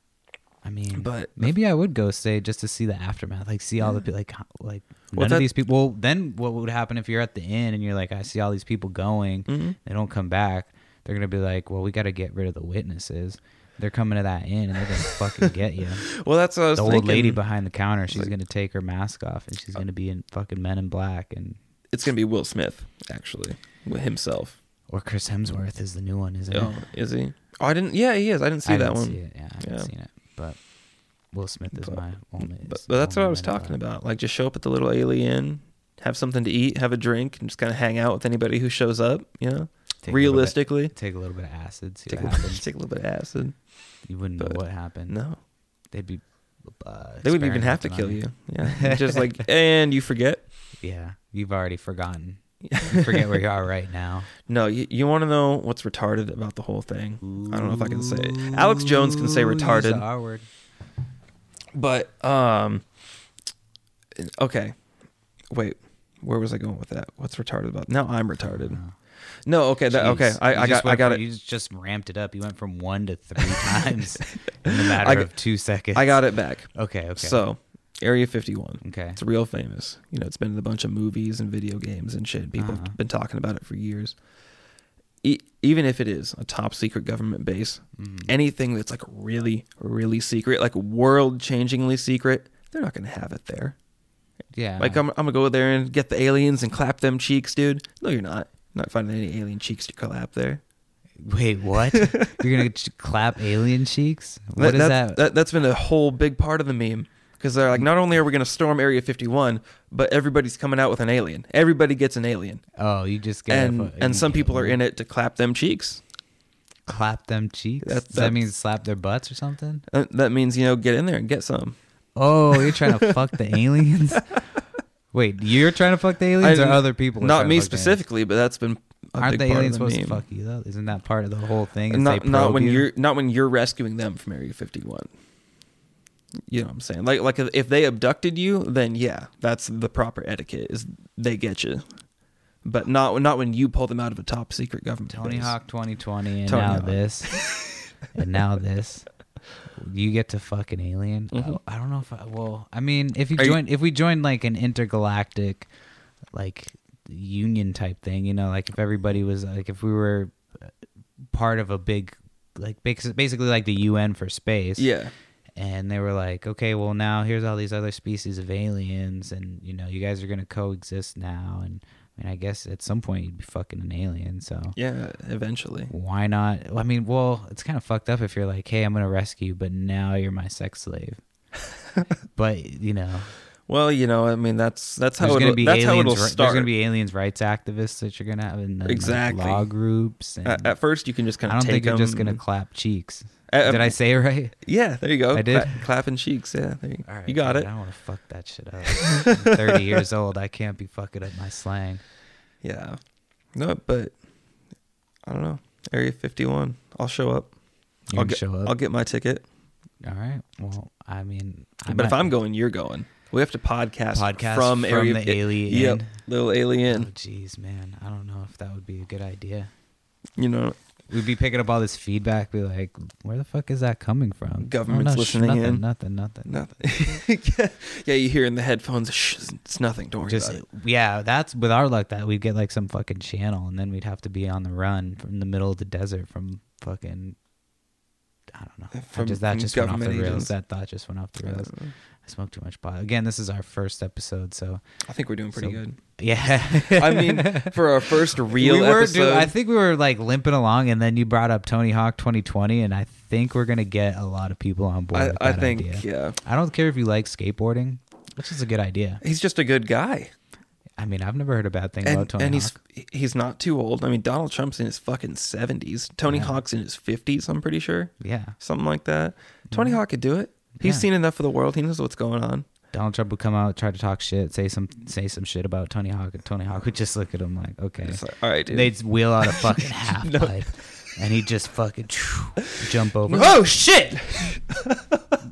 Speaker 1: I mean,
Speaker 3: But-
Speaker 1: maybe I would go stay just to see the aftermath, like see all the people, like how- like
Speaker 3: Well,
Speaker 1: none
Speaker 3: that-
Speaker 1: of these people. Well, then what would happen if you're at the inn and you're like, I see all these people going,
Speaker 3: mm-hmm.
Speaker 1: they don't come back. They're gonna be like, well, we got to get rid of the witnesses. They're coming to that inn and they're gonna fucking get you.
Speaker 3: Well, that's what I was
Speaker 1: the
Speaker 3: thinking.
Speaker 1: old lady behind the counter. She's
Speaker 3: like- Uh,
Speaker 1: gonna take her mask off and she's gonna be in fucking Men in Black and
Speaker 3: It's gonna be Will Smith, actually, with himself.
Speaker 1: or Chris Hemsworth is the new one, isn't
Speaker 3: Oh,
Speaker 1: it?
Speaker 3: is he? Oh, I didn't. Yeah, he is. I didn't see
Speaker 1: I
Speaker 3: that
Speaker 1: didn't
Speaker 3: one.
Speaker 1: See it. Yeah, I haven't
Speaker 3: Yeah.
Speaker 1: seen it, but Will Smith is
Speaker 3: But-
Speaker 1: my only.
Speaker 3: But,
Speaker 1: is uh,
Speaker 3: but that's
Speaker 1: the
Speaker 3: what I
Speaker 1: only
Speaker 3: was
Speaker 1: Man in
Speaker 3: talking
Speaker 1: Black.
Speaker 3: about. Like, just show up at the little alien, have something to eat, have a drink, and just kind of hang out with anybody who shows up. You know,
Speaker 1: Take a little bit-
Speaker 3: realistically,
Speaker 1: Take a little bit of acid. See
Speaker 3: take a,
Speaker 1: what
Speaker 3: little,
Speaker 1: happens.
Speaker 3: take a little bit of acid.
Speaker 1: you wouldn't know
Speaker 3: but-
Speaker 1: what happened.
Speaker 3: No,
Speaker 1: They'd be. Uh,
Speaker 3: they wouldn't even have to
Speaker 1: experimenting on
Speaker 3: kill you. Yeah, just like and you forget.
Speaker 1: Yeah, you've already forgotten. You forget where you are right now.
Speaker 3: No, you, you want to know what's retarded about the whole thing? I don't know if I can say. It. Alex Jones can say
Speaker 1: Ooh, use the
Speaker 3: retarded.
Speaker 1: R word.
Speaker 3: But um okay. Wait. Where was I going with that? What's retarded about? Now I'm retarded.
Speaker 1: know.
Speaker 3: No, okay, that, okay.
Speaker 1: Jeez.
Speaker 3: I,
Speaker 1: You
Speaker 3: I
Speaker 1: just
Speaker 3: got I
Speaker 1: went
Speaker 3: got
Speaker 1: from-
Speaker 3: it.
Speaker 1: You just ramped it up. You went from one to three times in the matter
Speaker 3: I got-
Speaker 1: of two seconds.
Speaker 3: I got it back.
Speaker 1: Okay. Okay.
Speaker 3: So, Area 51.
Speaker 1: okay.
Speaker 3: It's real famous. You know, it's been in a bunch of movies and video games and shit. People
Speaker 1: Uh-huh.
Speaker 3: have been talking about it for years. E- even if it is a top secret government base,
Speaker 1: Mm. Mm-hmm.
Speaker 3: anything that's like really, really secret, like world changingly secret, they're not going to have it there.
Speaker 1: Yeah.
Speaker 3: Like I'm, I'm gonna go there and get the aliens and clap them cheeks, dude. No, you're not. Not finding any alien cheeks to clap there.
Speaker 1: Wait, what? You're gonna ch- clap alien cheeks? What
Speaker 3: That,
Speaker 1: is
Speaker 3: that's-
Speaker 1: that?
Speaker 3: that? That's been a whole big part of the meme because they're like, not only are we gonna storm Area 51, but everybody's coming out with an alien. Everybody gets an alien,
Speaker 1: Oh, you just get
Speaker 3: and and some people
Speaker 1: Mm-hmm.
Speaker 3: are in it to clap them cheeks.
Speaker 1: Clap them cheeks.
Speaker 3: That's-
Speaker 1: Does that mean
Speaker 3: that's-
Speaker 1: slap their butts or something?
Speaker 3: Uh, That means you know, get in there and get some.
Speaker 1: Oh, you're trying to fuck the aliens. Wait, you're trying to fuck the aliens
Speaker 3: I-
Speaker 1: or other people? are
Speaker 3: Not
Speaker 1: trying to
Speaker 3: me
Speaker 1: fuck the aliens?
Speaker 3: specifically, but that's been a
Speaker 1: Aren't
Speaker 3: big
Speaker 1: the
Speaker 3: part
Speaker 1: aliens
Speaker 3: of the
Speaker 1: supposed
Speaker 3: meme.
Speaker 1: to fuck you though? Isn't that part of the whole thing? is they
Speaker 3: not not
Speaker 1: probe
Speaker 3: when
Speaker 1: you?
Speaker 3: you're not when you're rescuing them from Area 51. You know what I'm saying? Like like if they abducted you, then yeah, that's the proper etiquette is they get you. But not not when you pull them out of a top secret government.
Speaker 1: Tony
Speaker 3: base.
Speaker 1: Hawk 2020 and
Speaker 3: Tony
Speaker 1: now
Speaker 3: Hawk.
Speaker 1: this and now this. You get to fuck an alien. Oh,
Speaker 3: Mhm.
Speaker 1: I, I don't know if I, well, I mean, if you
Speaker 3: Are you-
Speaker 1: join if we join like an intergalactic like union type thing, you know, like if everybody was like if we were uh, part of a big like basi- basically like the UN for space
Speaker 3: Yeah.
Speaker 1: and they were like, okay, well now here's all these other species of aliens, and you know you guys are gonna coexist now, and I mean I guess at some point you'd be fucking an alien, so
Speaker 3: Yeah, eventually.
Speaker 1: why not? I mean, well, it's kind of fucked up if you're like, hey, I'm gonna rescue, you, but now you're my sex slave. but you know,
Speaker 3: Well, you know, I mean that's that's how
Speaker 1: there's
Speaker 3: it
Speaker 1: gonna be
Speaker 3: that's
Speaker 1: aliens.
Speaker 3: how it'll
Speaker 1: ri-
Speaker 3: start.
Speaker 1: There's gonna be aliens rights activists that you're gonna have in the like,
Speaker 3: Exactly.
Speaker 1: law groups. And
Speaker 3: at, at first you can just kind
Speaker 1: I
Speaker 3: of
Speaker 1: don't
Speaker 3: take
Speaker 1: think you're just
Speaker 3: 'em
Speaker 1: gonna
Speaker 3: and-
Speaker 1: clap cheeks.
Speaker 3: Uh,
Speaker 1: Did I say it right?
Speaker 3: Yeah, there you go.
Speaker 1: I did?
Speaker 3: Cla- clapping cheeks. Yeah, there you,
Speaker 1: All right,
Speaker 3: you got
Speaker 1: dude,
Speaker 3: it.
Speaker 1: I don't want to fuck that shit up. I'm 30 years old. I can't be fucking up my slang.
Speaker 3: Yeah. No, but I don't know. Area 51. I'll show up.
Speaker 1: You
Speaker 3: I'll
Speaker 1: gonna
Speaker 3: get,
Speaker 1: show up?
Speaker 3: I'll get my ticket.
Speaker 1: All right. Well, I mean, I
Speaker 3: but if
Speaker 1: might-
Speaker 3: I'm going, you're going. We have to podcast,
Speaker 1: Podcast
Speaker 3: from,
Speaker 1: from
Speaker 3: area
Speaker 1: the
Speaker 3: it-
Speaker 1: alien.
Speaker 3: Yep, little
Speaker 1: oh,
Speaker 3: alien.
Speaker 1: jeez, man, I don't know if that would be a good idea.
Speaker 3: You know,
Speaker 1: We'd be picking up all this feedback. Be like, where the fuck is that coming from?
Speaker 3: Government's
Speaker 1: "Oh, no, sh-
Speaker 3: listening
Speaker 1: nothing,
Speaker 3: in."
Speaker 1: Nothing, nothing,
Speaker 3: nothing. yeah, yeah, you hear in the headphones. Shh, it's nothing. Don't worry
Speaker 1: Just
Speaker 3: about it.
Speaker 1: yeah, that's with our luck that we'd get like some fucking channel, and then we'd have to be on the run from the middle of the desert from fucking. I don't know. I
Speaker 3: From-
Speaker 1: just, that
Speaker 3: from
Speaker 1: just went off the
Speaker 3: government
Speaker 1: rails.
Speaker 3: agents.
Speaker 1: That thought just went off the
Speaker 3: I
Speaker 1: rails.
Speaker 3: don't know.
Speaker 1: I smoked too much pot. Again, this is our first episode, so
Speaker 3: I think we're doing pretty
Speaker 1: So-
Speaker 3: good.
Speaker 1: yeah.
Speaker 3: I mean, for our first real
Speaker 1: we were,
Speaker 3: episode,
Speaker 1: Dude, I think we were like limping along, and then you brought up Tony Hawk 2020, and I think we're gonna get a lot of people on board.
Speaker 3: I,
Speaker 1: with
Speaker 3: I
Speaker 1: that
Speaker 3: think
Speaker 1: idea.
Speaker 3: yeah,
Speaker 1: I don't care if you like skateboarding, which is a good idea.
Speaker 3: he's just a good guy,
Speaker 1: I mean, I've never heard a bad thing about
Speaker 3: and
Speaker 1: Tony
Speaker 3: and he's
Speaker 1: Hawk.
Speaker 3: he's not too old. I mean, Donald Trump's in his fucking seventies. Tony
Speaker 1: Yeah.
Speaker 3: Hawk's in his fifties. I'm pretty sure.
Speaker 1: yeah,
Speaker 3: something like that. Tony Hawk could do it. He's
Speaker 1: Yeah.
Speaker 3: seen enough of the world. He knows what's going on.
Speaker 1: Donald Trump would come out, try to talk shit, say some say some shit about Tony Hawk, and Tony Hawk would just look at him like, okay,
Speaker 3: It's like, all right, dude.
Speaker 1: they'd wheel out a fucking half pipe, and he'd just fucking jump over.
Speaker 3: oh shit!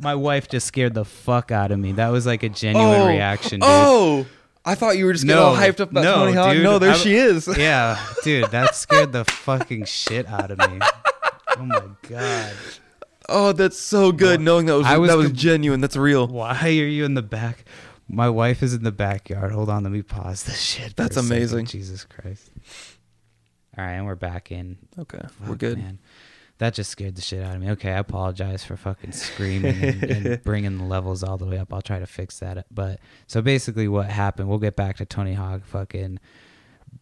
Speaker 1: my wife just scared the fuck out of me. That was like a genuine reaction. Dude.
Speaker 3: Oh, I thought you were just getting all hyped up about
Speaker 1: no,
Speaker 3: Tony Hawk.
Speaker 1: dude,
Speaker 3: no, there
Speaker 1: I-
Speaker 3: she is.
Speaker 1: Yeah, dude, that scared the fucking shit out of me. Oh my god.
Speaker 3: Oh, that's so good. knowing that was,
Speaker 1: I was
Speaker 3: that was
Speaker 1: com-
Speaker 3: genuine. That's real.
Speaker 1: Why are you in the back? My wife is in the backyard. Hold on, let me pause this shit. for
Speaker 3: That's
Speaker 1: a second.
Speaker 3: amazing.
Speaker 1: Jesus Christ. All right, and we're back in.
Speaker 3: Okay, we're
Speaker 1: Fuck,
Speaker 3: good.
Speaker 1: Man. That just scared the shit out of me. Okay, I apologize for fucking screaming and, and bringing the levels all the way up. I'll try to fix that. But so basically, what happened? We'll get back to Tony Hawk fucking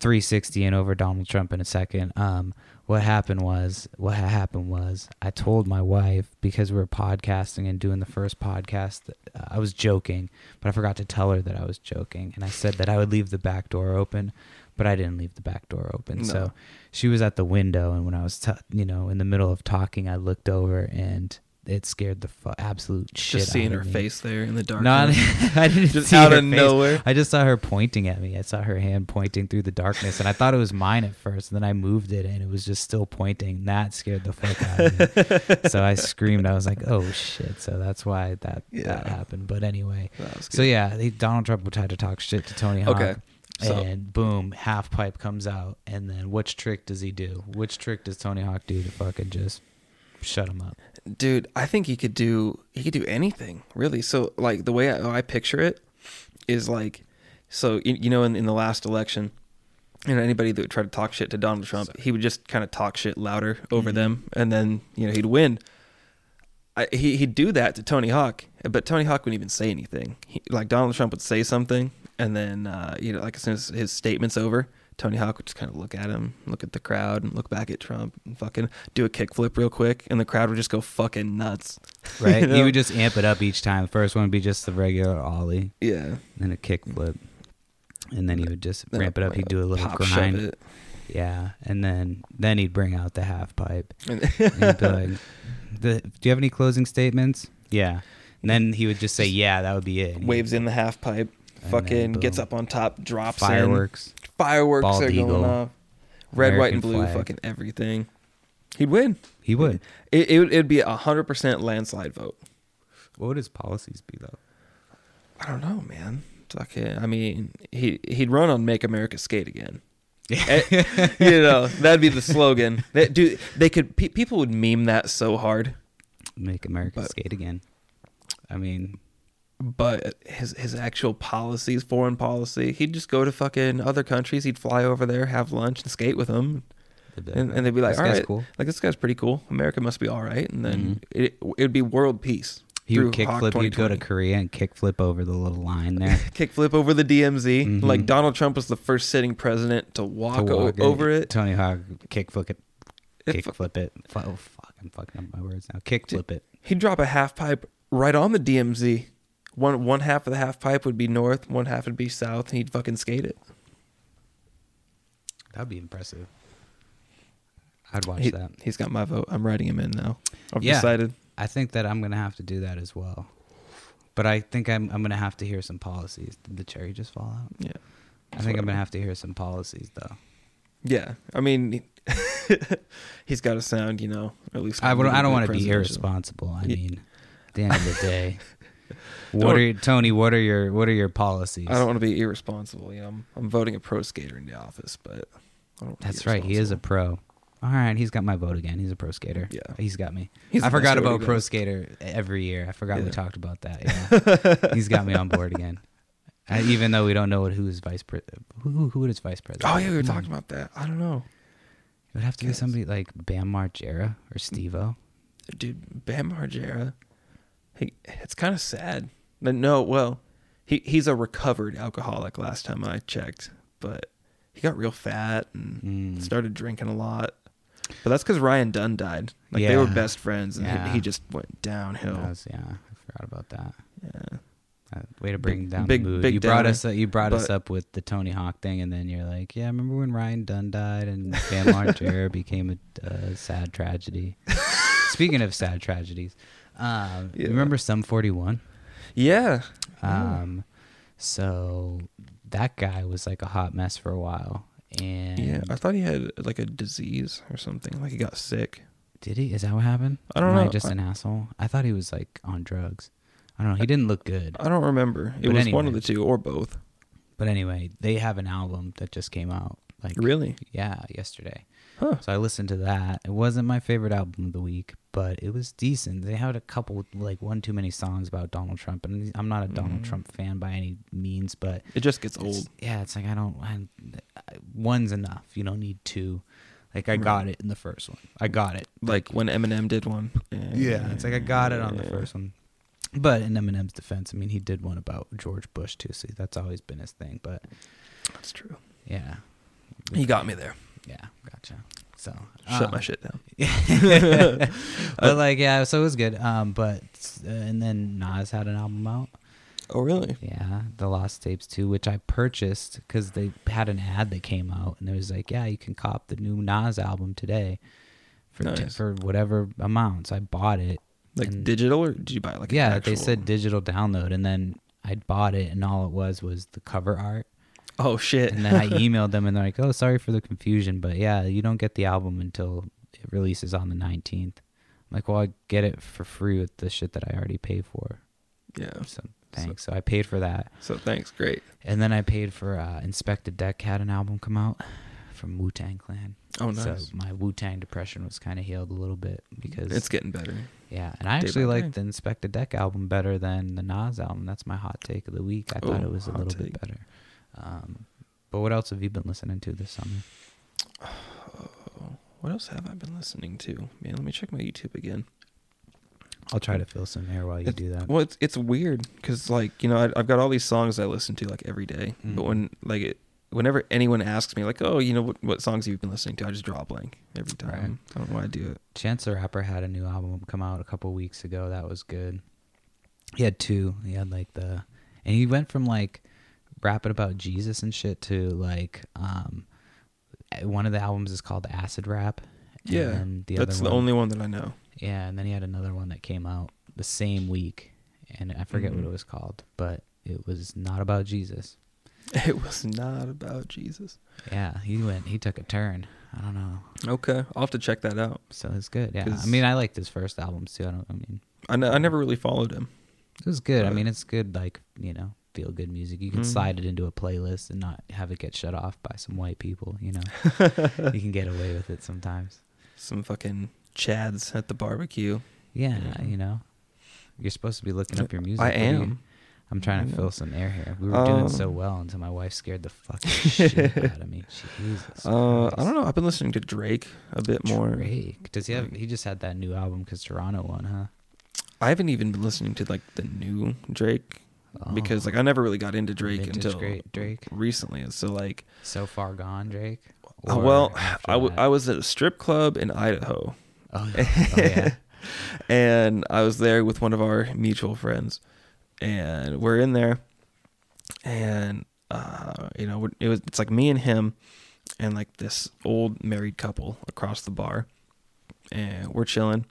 Speaker 1: 360 and over Donald Trump in a second. Um, what happened was, what ha- happened was, I told my wife because we were podcasting and doing the first podcast, uh, I was joking, but I forgot to tell her that I was joking, and I said that I would leave the back door open, but I didn't leave the back door open.
Speaker 3: No.
Speaker 1: So she was at the window, and when I was, t- you know, in the middle of talking, I looked over and. It scared the fu- absolute shit.
Speaker 3: Just seeing
Speaker 1: out
Speaker 3: her
Speaker 1: of me.
Speaker 3: face there in the dark.
Speaker 1: Not, I didn't
Speaker 3: Just
Speaker 1: see
Speaker 3: out
Speaker 1: her
Speaker 3: of
Speaker 1: face.
Speaker 3: nowhere.
Speaker 1: I just saw her pointing at me. I saw her hand pointing through the darkness, and I thought it was mine at first. And then I moved it, and it was just still pointing. That scared the fuck out of me. so I screamed. I was like, "Oh shit!" So that's why that that
Speaker 3: Yeah.
Speaker 1: happened. But anyway,
Speaker 3: That was
Speaker 1: so
Speaker 3: good.
Speaker 1: yeah, they, Donald Trump tried to talk shit to Tony Hawk.
Speaker 3: Okay, so-
Speaker 1: And boom, half pipe comes out, and then which trick does he do? Which trick does Tony Hawk do to fucking just shut him up?
Speaker 3: dude, I think he could do he could do anything really. So like the way I, I picture it is like, so you, you know in, in the last election, you know anybody that would try to talk shit to Donald Trump, he would just kind of talk shit louder over them, and then you know he'd win. I, he he'd do that to Tony Hawk, but Tony Hawk wouldn't even say anything. He, like Donald Trump would say something, and then uh, you know, like as soon as his statement's over, Tony Hawk would just kind of look at him, look at the crowd, and look back at Trump, and fucking do a kickflip real quick, and the crowd would just go fucking nuts.
Speaker 1: Right?
Speaker 3: You
Speaker 1: He
Speaker 3: know?
Speaker 1: would just amp it up each time. The first one would be just the regular ollie.
Speaker 3: yeah,
Speaker 1: then a kickflip, and then he would just
Speaker 3: Then
Speaker 1: ramp it up. He'd do a little
Speaker 3: pop shove
Speaker 1: grind,
Speaker 3: it.
Speaker 1: yeah, and then then he'd bring out the half pipe. And he'd be like, "The- "Do you have any closing statements?" Yeah, and then he would just say, "Yeah, that would be it." And
Speaker 3: waves in the half pipe,
Speaker 1: then
Speaker 3: fucking gets
Speaker 1: boom.
Speaker 3: up on top, drops in.
Speaker 1: fireworks.
Speaker 3: fireworks
Speaker 1: Bald
Speaker 3: are
Speaker 1: eagle.
Speaker 3: going off, red, white,
Speaker 1: American
Speaker 3: and blue,
Speaker 1: flag.
Speaker 3: fucking everything. He'd win.
Speaker 1: He would.
Speaker 3: It, it would it'd be a hundred percent landslide vote.
Speaker 1: What would his policies be though?
Speaker 3: I don't know, man. Fucking, I mean, he he'd run on "Make America Skate Again." Eh, you know, that'd be the slogan. That dude, they could pe- people would meme that so hard.
Speaker 1: Make America
Speaker 3: But-
Speaker 1: skate again. I mean,
Speaker 3: But his his actual policies, foreign policy, he'd just go to fucking other countries. He'd fly over there, have lunch, and skate with them. And, and they'd be like,
Speaker 1: this
Speaker 3: "All
Speaker 1: guy's
Speaker 3: right,
Speaker 1: cool." Mm-hmm.
Speaker 3: like this guy's pretty cool. America must be all right." And then it it would be world peace.
Speaker 1: He would
Speaker 3: through Hawk
Speaker 1: kickflip. He'd go to
Speaker 3: 2020.
Speaker 1: Korea and kickflip over the little line there.
Speaker 3: kickflip over the DMZ. Like Donald Trump was the first sitting president to
Speaker 1: Mm-hmm. to
Speaker 3: walk, o-
Speaker 1: walk in.
Speaker 3: over it.
Speaker 1: Tony Hawk kick flip it,
Speaker 3: It
Speaker 1: kick
Speaker 3: fu-
Speaker 1: flip it. Fu- Oh fuck, I'm fucking up my words now. Kick flip it.
Speaker 3: He'd drop a half pipe right on the DMZ. One one half of the half pipe would be north, one half would be south, and he'd fucking skate it.
Speaker 1: That'd be impressive. I'd watch
Speaker 3: He,
Speaker 1: that.
Speaker 3: has got my vote. I'm writing him in now. I've
Speaker 1: Yeah.
Speaker 3: decided.
Speaker 1: I think that I'm gonna have to do that as well. But I think I'm I'm gonna have to hear some policies. Did the cherry just fall out?
Speaker 3: Yeah.
Speaker 1: I think I'm gonna have to hear some policies though.
Speaker 3: Yeah. I mean, he's got a sound, you know, at least.
Speaker 1: I would, I don't want to be
Speaker 3: presidential.
Speaker 1: irresponsible. I
Speaker 3: Ye-
Speaker 1: mean, at the end of the day, what are your, Tony? What are your what are your policies?
Speaker 3: I don't want to be irresponsible. You know, I'm, I'm voting a pro skater in the office, but I don't wanna be
Speaker 1: That's right. He is a
Speaker 3: irresponsible.
Speaker 1: pro. All right, he's got my vote again. He's a pro skater.
Speaker 3: Yeah.
Speaker 1: he's got me.
Speaker 3: He's
Speaker 1: I
Speaker 3: the
Speaker 1: forgot
Speaker 3: best way to
Speaker 1: about
Speaker 3: go.
Speaker 1: pro skater every year. I forgot we
Speaker 3: Yeah.
Speaker 1: talked about that. Yeah, he's got me on board again. Uh, even though we don't know what who is vice pre- who who- who is vice president.
Speaker 3: Oh yeah, we were
Speaker 1: Come
Speaker 3: talking
Speaker 1: on.
Speaker 3: about that. I don't know,
Speaker 1: It would have to be
Speaker 3: Yes.
Speaker 1: somebody like Bam Margera or Steve-O.
Speaker 3: dude. Bam Margera, he, it's kind of sad. But no, well, he he's a recovered alcoholic. Last time I checked, but he got real fat and
Speaker 1: Mm.
Speaker 3: started drinking a lot. But that's because Ryan Dunn died. Like they were
Speaker 1: Yeah.
Speaker 3: best friends, and
Speaker 1: Yeah.
Speaker 3: he, he just went downhill.
Speaker 1: That was- yeah, I forgot about that.
Speaker 3: yeah.
Speaker 1: Uh, way to bring
Speaker 3: Big-
Speaker 1: down
Speaker 3: big-
Speaker 1: the mood.
Speaker 3: big
Speaker 1: you brought
Speaker 3: downer,
Speaker 1: us you brought us
Speaker 3: but-
Speaker 1: up with the Tony Hawk thing, and then you're like, yeah, remember when Ryan Dunn died and Bam Margera became a uh, sad tragedy. Speaking of sad tragedies, um, you
Speaker 3: Yeah.
Speaker 1: remember Sum 41?
Speaker 3: yeah,
Speaker 1: Um, So that guy was like a hot mess for a while, and
Speaker 3: yeah. I thought he had like a disease or something. Like he got sick.
Speaker 1: Did he? Is that what happened?
Speaker 3: I don't
Speaker 1: Am
Speaker 3: know.
Speaker 1: just
Speaker 3: I-
Speaker 1: an asshole. I thought he was like on drugs. I don't know. He didn't look good.
Speaker 3: I don't remember. It
Speaker 1: But
Speaker 3: was one of the
Speaker 1: anyways.
Speaker 3: two or both.
Speaker 1: But anyway, they have an album that just came out. Like
Speaker 3: Really?
Speaker 1: Yeah, yesterday.
Speaker 3: Huh.
Speaker 1: So I listened to that. It wasn't my favorite album of the week, but it was decent. They had a couple like one too many songs about Donald Trump, and I'm not a
Speaker 3: Mm.
Speaker 1: Donald Trump fan by any means, but
Speaker 3: It just gets
Speaker 1: it's-
Speaker 3: old.
Speaker 1: yeah, it's like I don't. I, I- one's enough. You don't need two. Like I got it in the first one. I got it.
Speaker 3: Like when Eminem did one.
Speaker 1: Yeah, it's like I got it on the
Speaker 3: Yeah.
Speaker 1: first one. But in Eminem's defense, I mean, he did one about George Bush too, so that's always been his thing. But
Speaker 3: That's true.
Speaker 1: yeah,
Speaker 3: He got me there.
Speaker 1: yeah, gotcha. So
Speaker 3: Shut
Speaker 1: um,
Speaker 3: my shit down.
Speaker 1: but like yeah, so it was good. Um, but uh, and then Nas had an album out.
Speaker 3: Oh really?
Speaker 1: Yeah, the Lost Tapes too, which I purchased because they had an ad that came out, and it was like, yeah, you can cop the new Nas album today for t-
Speaker 3: Nice.
Speaker 1: for whatever amount. So I bought it.
Speaker 3: Like
Speaker 1: and-
Speaker 3: digital or did you buy like an
Speaker 1: yeah, they
Speaker 3: actual-
Speaker 1: said digital download, and then I bought it, and all it was was the cover art.
Speaker 3: Oh shit.
Speaker 1: And then I emailed them, and they're like, "Oh, sorry for the confusion, but yeah, you don't get the album until it releases on the 19th." I'm like, "Well, I get it for free with the shit that I already paid for."
Speaker 3: yeah.
Speaker 1: So thanks. So I paid for that,
Speaker 3: So thanks. Great.
Speaker 1: and then I paid for uh, Inspected Deck had an album come out from Wu Tang Clan.
Speaker 3: Oh
Speaker 1: So
Speaker 3: nice.
Speaker 1: my Wu Tang depression was kind of healed a little bit because
Speaker 3: it's getting better.
Speaker 1: yeah, and I
Speaker 3: Day
Speaker 1: actually
Speaker 3: by
Speaker 1: like the Inspected Deck album better than the Nas album. That's my hot take of the week. I thought
Speaker 3: Ooh,
Speaker 1: it was a
Speaker 3: Oh, hot
Speaker 1: little
Speaker 3: take.
Speaker 1: bit better. Um, but what else have you been listening to this summer?
Speaker 3: Uh, What else have I been listening to? Man, let me check my YouTube again.
Speaker 1: I'll try to fill some air while you
Speaker 3: It's-
Speaker 1: do that.
Speaker 3: Well, it's it's weird because like you know I, I've got all these songs I listen to like every day,
Speaker 1: Mm-hmm.
Speaker 3: but when like it, whenever anyone asks me like oh you know what, what songs you've been listening to, I just draw a blank every time. I don't know why I do it.
Speaker 1: Chance the Rapper had a new album come out a couple weeks ago. That was good. He had two. He had like the, and he went from like rapping about Jesus and shit to like, um, one of the albums is called Acid Rap. and
Speaker 3: Yeah,
Speaker 1: then
Speaker 3: that's the
Speaker 1: one-
Speaker 3: only one that I know.
Speaker 1: Yeah, and then he had another one that came out the same week, and I forget
Speaker 3: Mhm.
Speaker 1: what it was called, but it was not about Jesus.
Speaker 3: It was not about Jesus.
Speaker 1: Yeah, he went. He took a turn. I don't know.
Speaker 3: Okay, I'll have to check that out.
Speaker 1: So it's good. Yeah, I
Speaker 3: 'Cause-
Speaker 1: mean, I liked his first albums too. I don't. I mean,
Speaker 3: I n- I never really followed him.
Speaker 1: it was good. I
Speaker 3: Right.
Speaker 1: mean, it's good. Like you know, feel good music. You can
Speaker 3: Mhm.
Speaker 1: slide it into a playlist and not have it get shut off by some white people. You know, you can get away with it sometimes.
Speaker 3: Some fucking Chads at the barbecue.
Speaker 1: Yeah,
Speaker 3: Yeah.
Speaker 1: you know, you're supposed to be looking up your music.
Speaker 3: I
Speaker 1: What do you-
Speaker 3: am.
Speaker 1: I'm trying to
Speaker 3: Yeah.
Speaker 1: fill some air here. We were doing so
Speaker 3: Um,
Speaker 1: well until my wife scared the fucking shit out of me. Jesus.
Speaker 3: Uh, I
Speaker 1: Christ.
Speaker 3: don't know. I've been listening to Drake a bit more.
Speaker 1: Drake. Does he have? He just had that new album because Toronto won, huh?
Speaker 3: I haven't even been listening to like the new Drake
Speaker 1: Oh,
Speaker 3: because like I never really got into Drake
Speaker 1: Vintage
Speaker 3: until
Speaker 1: great Drake.
Speaker 3: recently. And So like,
Speaker 1: So far gone, Drake.
Speaker 3: uh,
Speaker 1: Or
Speaker 3: well,
Speaker 1: after
Speaker 3: I, w-
Speaker 1: that?
Speaker 3: I was at a strip club in Idaho,
Speaker 1: Oh, yeah. Oh, yeah.
Speaker 3: and I was there with one of our mutual friends, and we're in there, and uh, you know, it was it's like me and him, and like this old married couple across the bar, and we're chilling,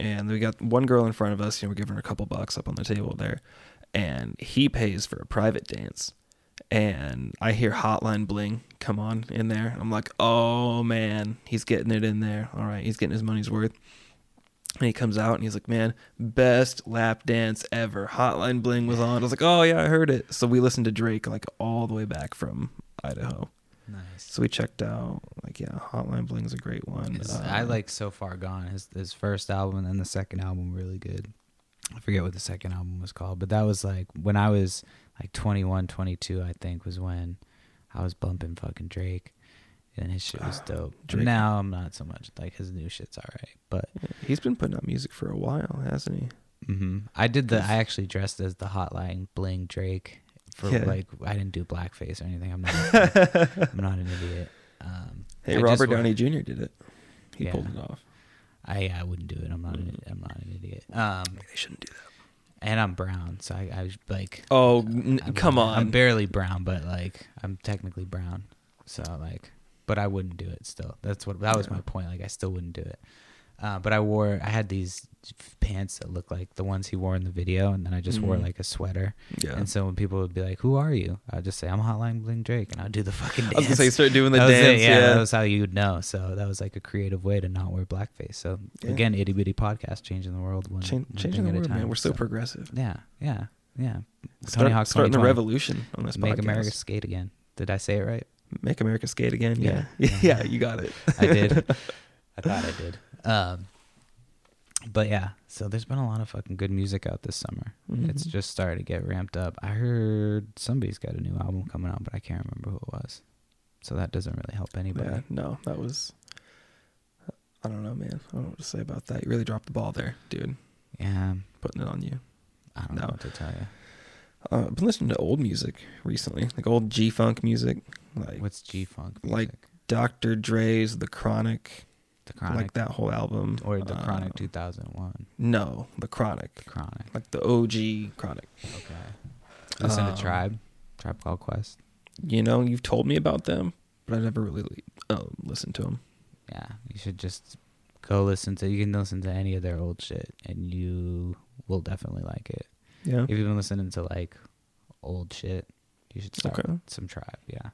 Speaker 3: and we got one girl in front of us, and we're giving her a couple bucks up on the table there, and he pays for a private dance. And I hear Hotline Bling come on in there. I'm like, oh man, he's getting it in there. All right, he's getting his money's worth. And he comes out and he's like, "Man, best lap dance ever." Hotline Bling was on. I was like, "Oh yeah, I heard it." So we listened to Drake like all the way back from Idaho.
Speaker 1: Nice.
Speaker 3: So we checked out like yeah, Hotline Bling's a great one.
Speaker 1: It's-
Speaker 3: Uh,
Speaker 1: I like So Far Gone. His his first album and then the second album really good. I forget what the second album was called, but that was like when I was like 21, 22, I think was when I was bumping fucking Drake. And his shit was dope.
Speaker 3: Ah, Drake.
Speaker 1: Now I'm not so much like his new shit's all right, but
Speaker 3: He's been putting out music for a while, hasn't he? Mm-hmm.
Speaker 1: hmm I did the. I actually dressed as the hotline bling Drake for
Speaker 3: Yeah.
Speaker 1: like I didn't do blackface or anything. I'm not. I'm not an idiot. Um,
Speaker 3: Hey,
Speaker 1: I just
Speaker 3: Robert
Speaker 1: wa-
Speaker 3: Downey Jr. did it. He
Speaker 1: Yeah.
Speaker 3: pulled it off.
Speaker 1: I I wouldn't do it. I'm not. An, I'm not an idiot. Um,
Speaker 3: They shouldn't do that.
Speaker 1: and I'm brown, so I, I was like,
Speaker 3: Oh n-
Speaker 1: I'm-
Speaker 3: come on!
Speaker 1: I'm barely brown, but like I'm technically brown, so like, but I wouldn't do it. Still, that's what that was
Speaker 3: Yeah.
Speaker 1: my point. Like I still wouldn't do it. Uh, but I wore. I had these pants that looked like the ones he wore in the video, and then I just wore
Speaker 3: Mhm.
Speaker 1: like a sweater.
Speaker 3: Yeah.
Speaker 1: And so when people would be like, "Who are you?" I'd just say, "I'm Hotline Bling Drake," and I'd do the fucking dance.
Speaker 3: I was gonna say you start doing the
Speaker 1: That was it,
Speaker 3: dance.
Speaker 1: yeah, that
Speaker 3: yeah.
Speaker 1: was how you'd know. So that was like a creative way to not wear blackface. So
Speaker 3: Yeah.
Speaker 1: again, itty bitty podcast changing the world one,
Speaker 3: Chan-
Speaker 1: one thing
Speaker 3: changing the
Speaker 1: at
Speaker 3: world,
Speaker 1: a time.
Speaker 3: man. We're so,
Speaker 1: So,
Speaker 3: progressive.
Speaker 1: yeah, yeah, yeah.
Speaker 3: Start,
Speaker 1: Hawk
Speaker 3: starting the
Speaker 1: 2020.
Speaker 3: revolution on this
Speaker 1: Make
Speaker 3: podcast.
Speaker 1: America skate again. Did I say it right?
Speaker 3: Make America skate again. Yeah. Yeah,
Speaker 1: Yeah.
Speaker 3: you got it.
Speaker 1: I did. I thought I did. Um, but yeah, so there's been a lot of fucking good music out this summer. It's
Speaker 3: Mhm.
Speaker 1: just started to get ramped up. I heard somebody's got a new album coming out, but I can't remember who it was. So that doesn't really help anybody.
Speaker 3: Yeah, no, that was. I don't know, man. I don't know what to say about that. You really dropped the ball there, dude.
Speaker 1: Yeah,
Speaker 3: Putting it on you.
Speaker 1: I don't
Speaker 3: No.
Speaker 1: know what to tell you.
Speaker 3: Uh, I've been listening to old music recently, like old G funk music, like
Speaker 1: What's G Funk?
Speaker 3: like Dr. Dre's The Chronic,
Speaker 1: the Chronic
Speaker 3: like that whole album,
Speaker 1: or the
Speaker 3: Uh,
Speaker 1: Chronic 2001.
Speaker 3: No, The Chronic,
Speaker 1: The Chronic.
Speaker 3: like the OG Chronic.
Speaker 1: Okay. Listen
Speaker 3: Um,
Speaker 1: to Tribe. Tribe Called Quest.
Speaker 3: You know, you've told me about them, but I never really uh, listened to them.
Speaker 1: Yeah, you should just go listen to. You can listen to any of their old shit, and you will definitely like it.
Speaker 3: Yeah.
Speaker 1: If you've been listening to like old shit, you should start
Speaker 3: Okay.
Speaker 1: with some Tribe. Yeah,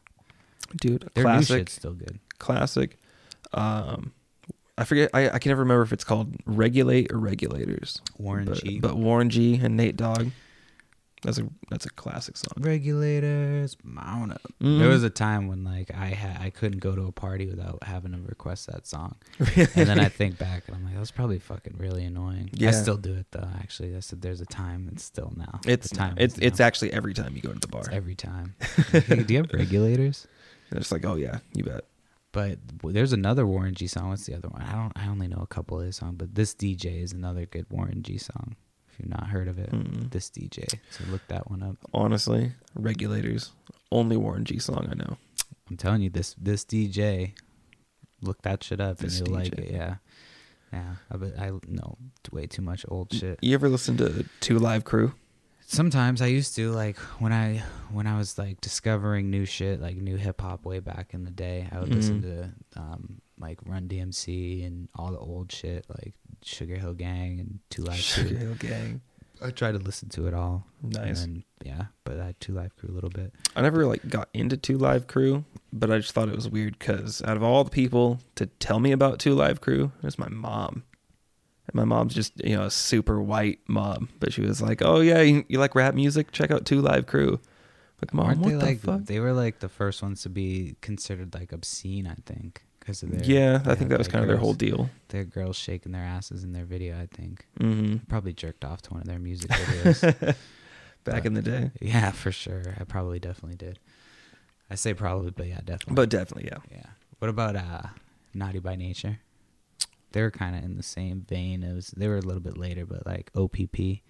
Speaker 3: Dude,
Speaker 1: their new
Speaker 3: classic,
Speaker 1: shit's still good.
Speaker 3: classic. Um, I forget. I, I can never remember if it's called Regulate or Regulators.
Speaker 1: Warren
Speaker 3: but,
Speaker 1: G.
Speaker 3: But Warren G. and Nate Dogg. That's a that's a classic song. Mm-hmm.
Speaker 1: Regulators, mount up. There was a time when like I had I couldn't go to a party without having to request that song, and then I think back and I'm like, that was probably fucking really annoying.
Speaker 3: Yeah.
Speaker 1: I still do it though. Actually, I said there's a time. It's still now.
Speaker 3: It's
Speaker 1: The time.
Speaker 3: It's
Speaker 1: is
Speaker 3: it's
Speaker 1: now.
Speaker 3: actually every time you go to the bar.
Speaker 1: It's every time. Hey, do you have regulators?
Speaker 3: And it's like, oh yeah, you bet.
Speaker 1: But w- there's another Warren G song. What's the other one? I don't. I only know a couple of his songs, but this DJ is another good Warren G song. If you've not heard of it,
Speaker 3: Mm.
Speaker 1: this DJ. So look that one up.
Speaker 3: Honestly, regulators. Only Warren G song I know.
Speaker 1: I'm telling you, this this DJ, look that shit up
Speaker 3: This
Speaker 1: and you'll like
Speaker 3: DJ.
Speaker 1: it. Yeah, yeah. I, bet I know way too much old shit.
Speaker 3: You ever listen to Two Live Crew?
Speaker 1: Sometimes I used to like when I when I was like discovering new shit, like new hip hop way back in the day. I would listen to
Speaker 3: Mm-hmm.
Speaker 1: um like Run DMC and all the old shit, like Sugar Hill Gang and Two Live
Speaker 3: Sugar
Speaker 1: Crew.
Speaker 3: Hill Gang.
Speaker 1: I tried to listen to it all.
Speaker 3: Nice.
Speaker 1: And then, yeah, but I Two Live Crew a little bit.
Speaker 3: I never like got into Two Live Crew, but I just thought it was weird because out of all the people to tell me about Two Live Crew, it was my mom. And my mom's just you know a super white mom, but she was like, "Oh yeah, you, you like rap music? Check out Two Live Crew." Like, mom,
Speaker 1: Aren't
Speaker 3: what
Speaker 1: they
Speaker 3: the
Speaker 1: like
Speaker 3: fuck?
Speaker 1: they were like the first ones to be considered like obscene? I think because of their
Speaker 3: yeah,
Speaker 1: they
Speaker 3: I think
Speaker 1: had,
Speaker 3: that was
Speaker 1: like,
Speaker 3: kind of their
Speaker 1: girls-
Speaker 3: whole deal.
Speaker 1: Their girls shaking their asses in their video. I think
Speaker 3: hmm
Speaker 1: probably jerked off to one of their music videos.
Speaker 3: Back
Speaker 1: But-
Speaker 3: in the day,
Speaker 1: Yeah, for sure. I probably definitely did. I say probably, but yeah, definitely.
Speaker 3: but definitely, yeah.
Speaker 1: yeah. What about uh Naughty by Nature? They were kind of in the same vein. It was they were a little bit later, but like OPP, you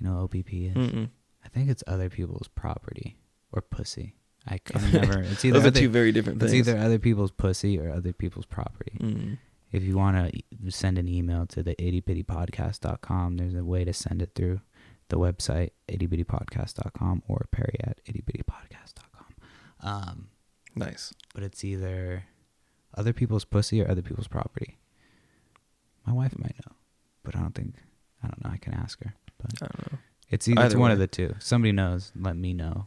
Speaker 1: know, what OPP is.
Speaker 3: Mm-mm.
Speaker 1: I think it's other people's property or pussy. I can never. It's either
Speaker 3: Those are
Speaker 1: other-
Speaker 3: two very different
Speaker 1: it's
Speaker 3: things.
Speaker 1: either other people's pussy or other people's property.
Speaker 3: Mm.
Speaker 1: If you want to send an email to the ittybittypodcast.com, there's a way to send it through the website ittybittypodcast.com or perry at ittybittypodcast.com. Um,
Speaker 3: Nice.
Speaker 1: but it's either other people's pussy or other people's property. My wife might know, but I don't think, I don't know, I can ask her. But
Speaker 3: I don't know,
Speaker 1: it's either it's
Speaker 3: Either
Speaker 1: one
Speaker 3: way.
Speaker 1: of the two. Somebody knows, let me know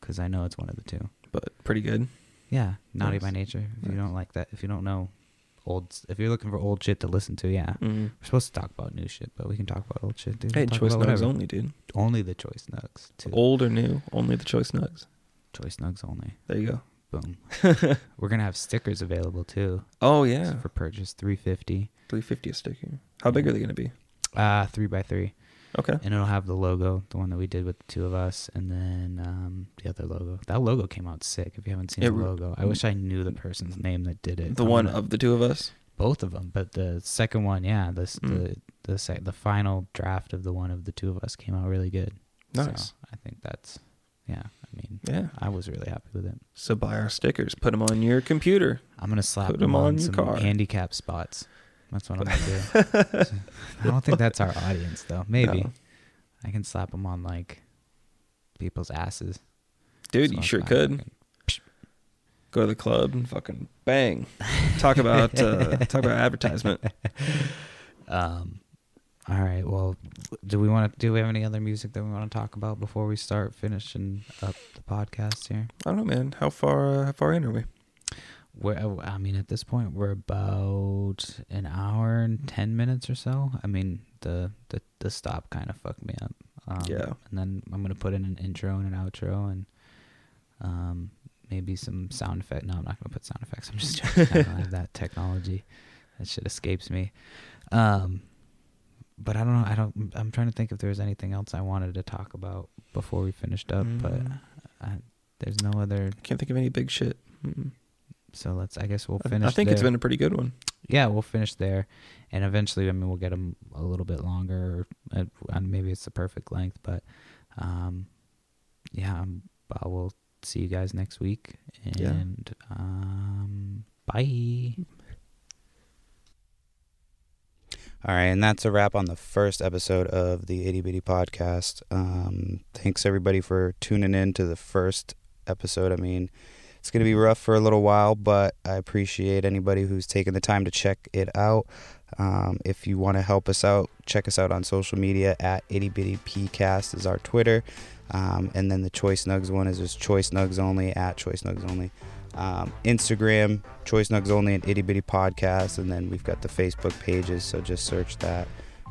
Speaker 1: because I know it's one of the two.
Speaker 3: but pretty good.
Speaker 1: Yeah, naughty by
Speaker 3: Nice.
Speaker 1: nature. If you
Speaker 3: Nice.
Speaker 1: don't like that, if you don't know old, s- if you're looking for old shit to listen to, yeah,
Speaker 3: Mm.
Speaker 1: we're supposed to talk about new shit, but we can talk about old shit, dude.
Speaker 3: Hey,
Speaker 1: Mm-hmm. Talk
Speaker 3: choice
Speaker 1: about
Speaker 3: nugs
Speaker 1: whatever.
Speaker 3: only, dude.
Speaker 1: Only the choice nugs. Too.
Speaker 3: Old or new, only the choice nugs.
Speaker 1: Choice nugs only.
Speaker 3: There you go.
Speaker 1: Boom. We're gonna have stickers available too
Speaker 3: Oh yeah,
Speaker 1: for purchase. Three fifty,
Speaker 3: Three fifty a sticker. How big are they gonna be?
Speaker 1: uh, three by three,
Speaker 3: Okay.
Speaker 1: and it'll have the logo, the one that we did with the two of us, and then um, the other logo. That logo came out sick. If you haven't seen
Speaker 3: It
Speaker 1: the
Speaker 3: re-
Speaker 1: logo, I wish I knew the person's name that did it.
Speaker 3: The
Speaker 1: I'm
Speaker 3: one
Speaker 1: gonna-
Speaker 3: of the two of us.
Speaker 1: both of them, but the second one, yeah, this
Speaker 3: Mm.
Speaker 1: the the sec- the final draft of the one of the two of us came out really good.
Speaker 3: Nice.
Speaker 1: So I think that's yeah. I mean,
Speaker 3: Yeah.
Speaker 1: I was really happy with it.
Speaker 3: So buy our stickers. Put them on your computer.
Speaker 1: I'm gonna slap
Speaker 3: Put
Speaker 1: them,
Speaker 3: 'em
Speaker 1: on,
Speaker 3: on your
Speaker 1: some
Speaker 3: car.
Speaker 1: handicap spots. That's what I'm gonna do. I don't think that's our audience though. Maybe
Speaker 3: No.
Speaker 1: I can slap them on like people's asses.
Speaker 3: Dude,
Speaker 1: So
Speaker 3: you
Speaker 1: I'm
Speaker 3: sure
Speaker 1: not
Speaker 3: could.
Speaker 1: fucking-
Speaker 3: Go to the club and fucking bang. Talk about uh, talk about advertisement.
Speaker 1: Um, All right. Well, do we want to? Do we have any other music that we want to talk about before we start finishing up the podcast here?
Speaker 3: I don't know, man. How far? Uh, how far in are we?
Speaker 1: We're, uh, I mean, at this point, we're about an hour and ten minutes or so. I mean, the the, the stop kind of fucked me up. Um,
Speaker 3: Yeah.
Speaker 1: And then I'm gonna put in an intro and an outro and um maybe some sound effect. No, I'm not gonna put sound effects. I'm just joking. I don't have that technology. That shit escapes me. Um, but I don't know. I don't. I'm trying to think if there was anything else I wanted to talk about before we finished up.
Speaker 3: Mm.
Speaker 1: But I, there's no other.
Speaker 3: Can't think of any big shit. Mm.
Speaker 1: So let's. I guess we'll
Speaker 3: I-
Speaker 1: finish.
Speaker 3: I think it's
Speaker 1: there
Speaker 3: been a pretty good one.
Speaker 1: yeah, we'll finish there, and eventually, I mean, we'll get them a little bit longer, or uh, maybe it's the perfect length. But um, yeah, um, I will see you guys next week, and
Speaker 3: Yeah.
Speaker 1: um, bye. All right, and that's a wrap on the first episode of the Itty Bitty Podcast. Um, thanks everybody for tuning in to the first episode. I mean, it's going to be rough for a little while, but I appreciate anybody who's taken the time to check it out. Um, if you want to help us out, check us out on social media at itty bitty pcast is our Twitter. Um, and then the Choice Nugs one is just Choice Nugs only at Choice Nugs only. Um, Instagram, Choice Nugs only and itty bitty podcast. And then we've got the Facebook pages, so just search that.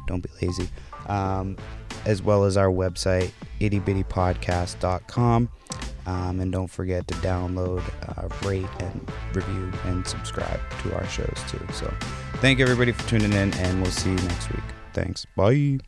Speaker 1: Don't be lazy. Um, as well as our website, ittybittypodcast.com. Um, and don't forget to download, uh, rate, and review and subscribe to our shows too. So, thank everybody for tuning in, and we'll see you next week. Thanks. Bye.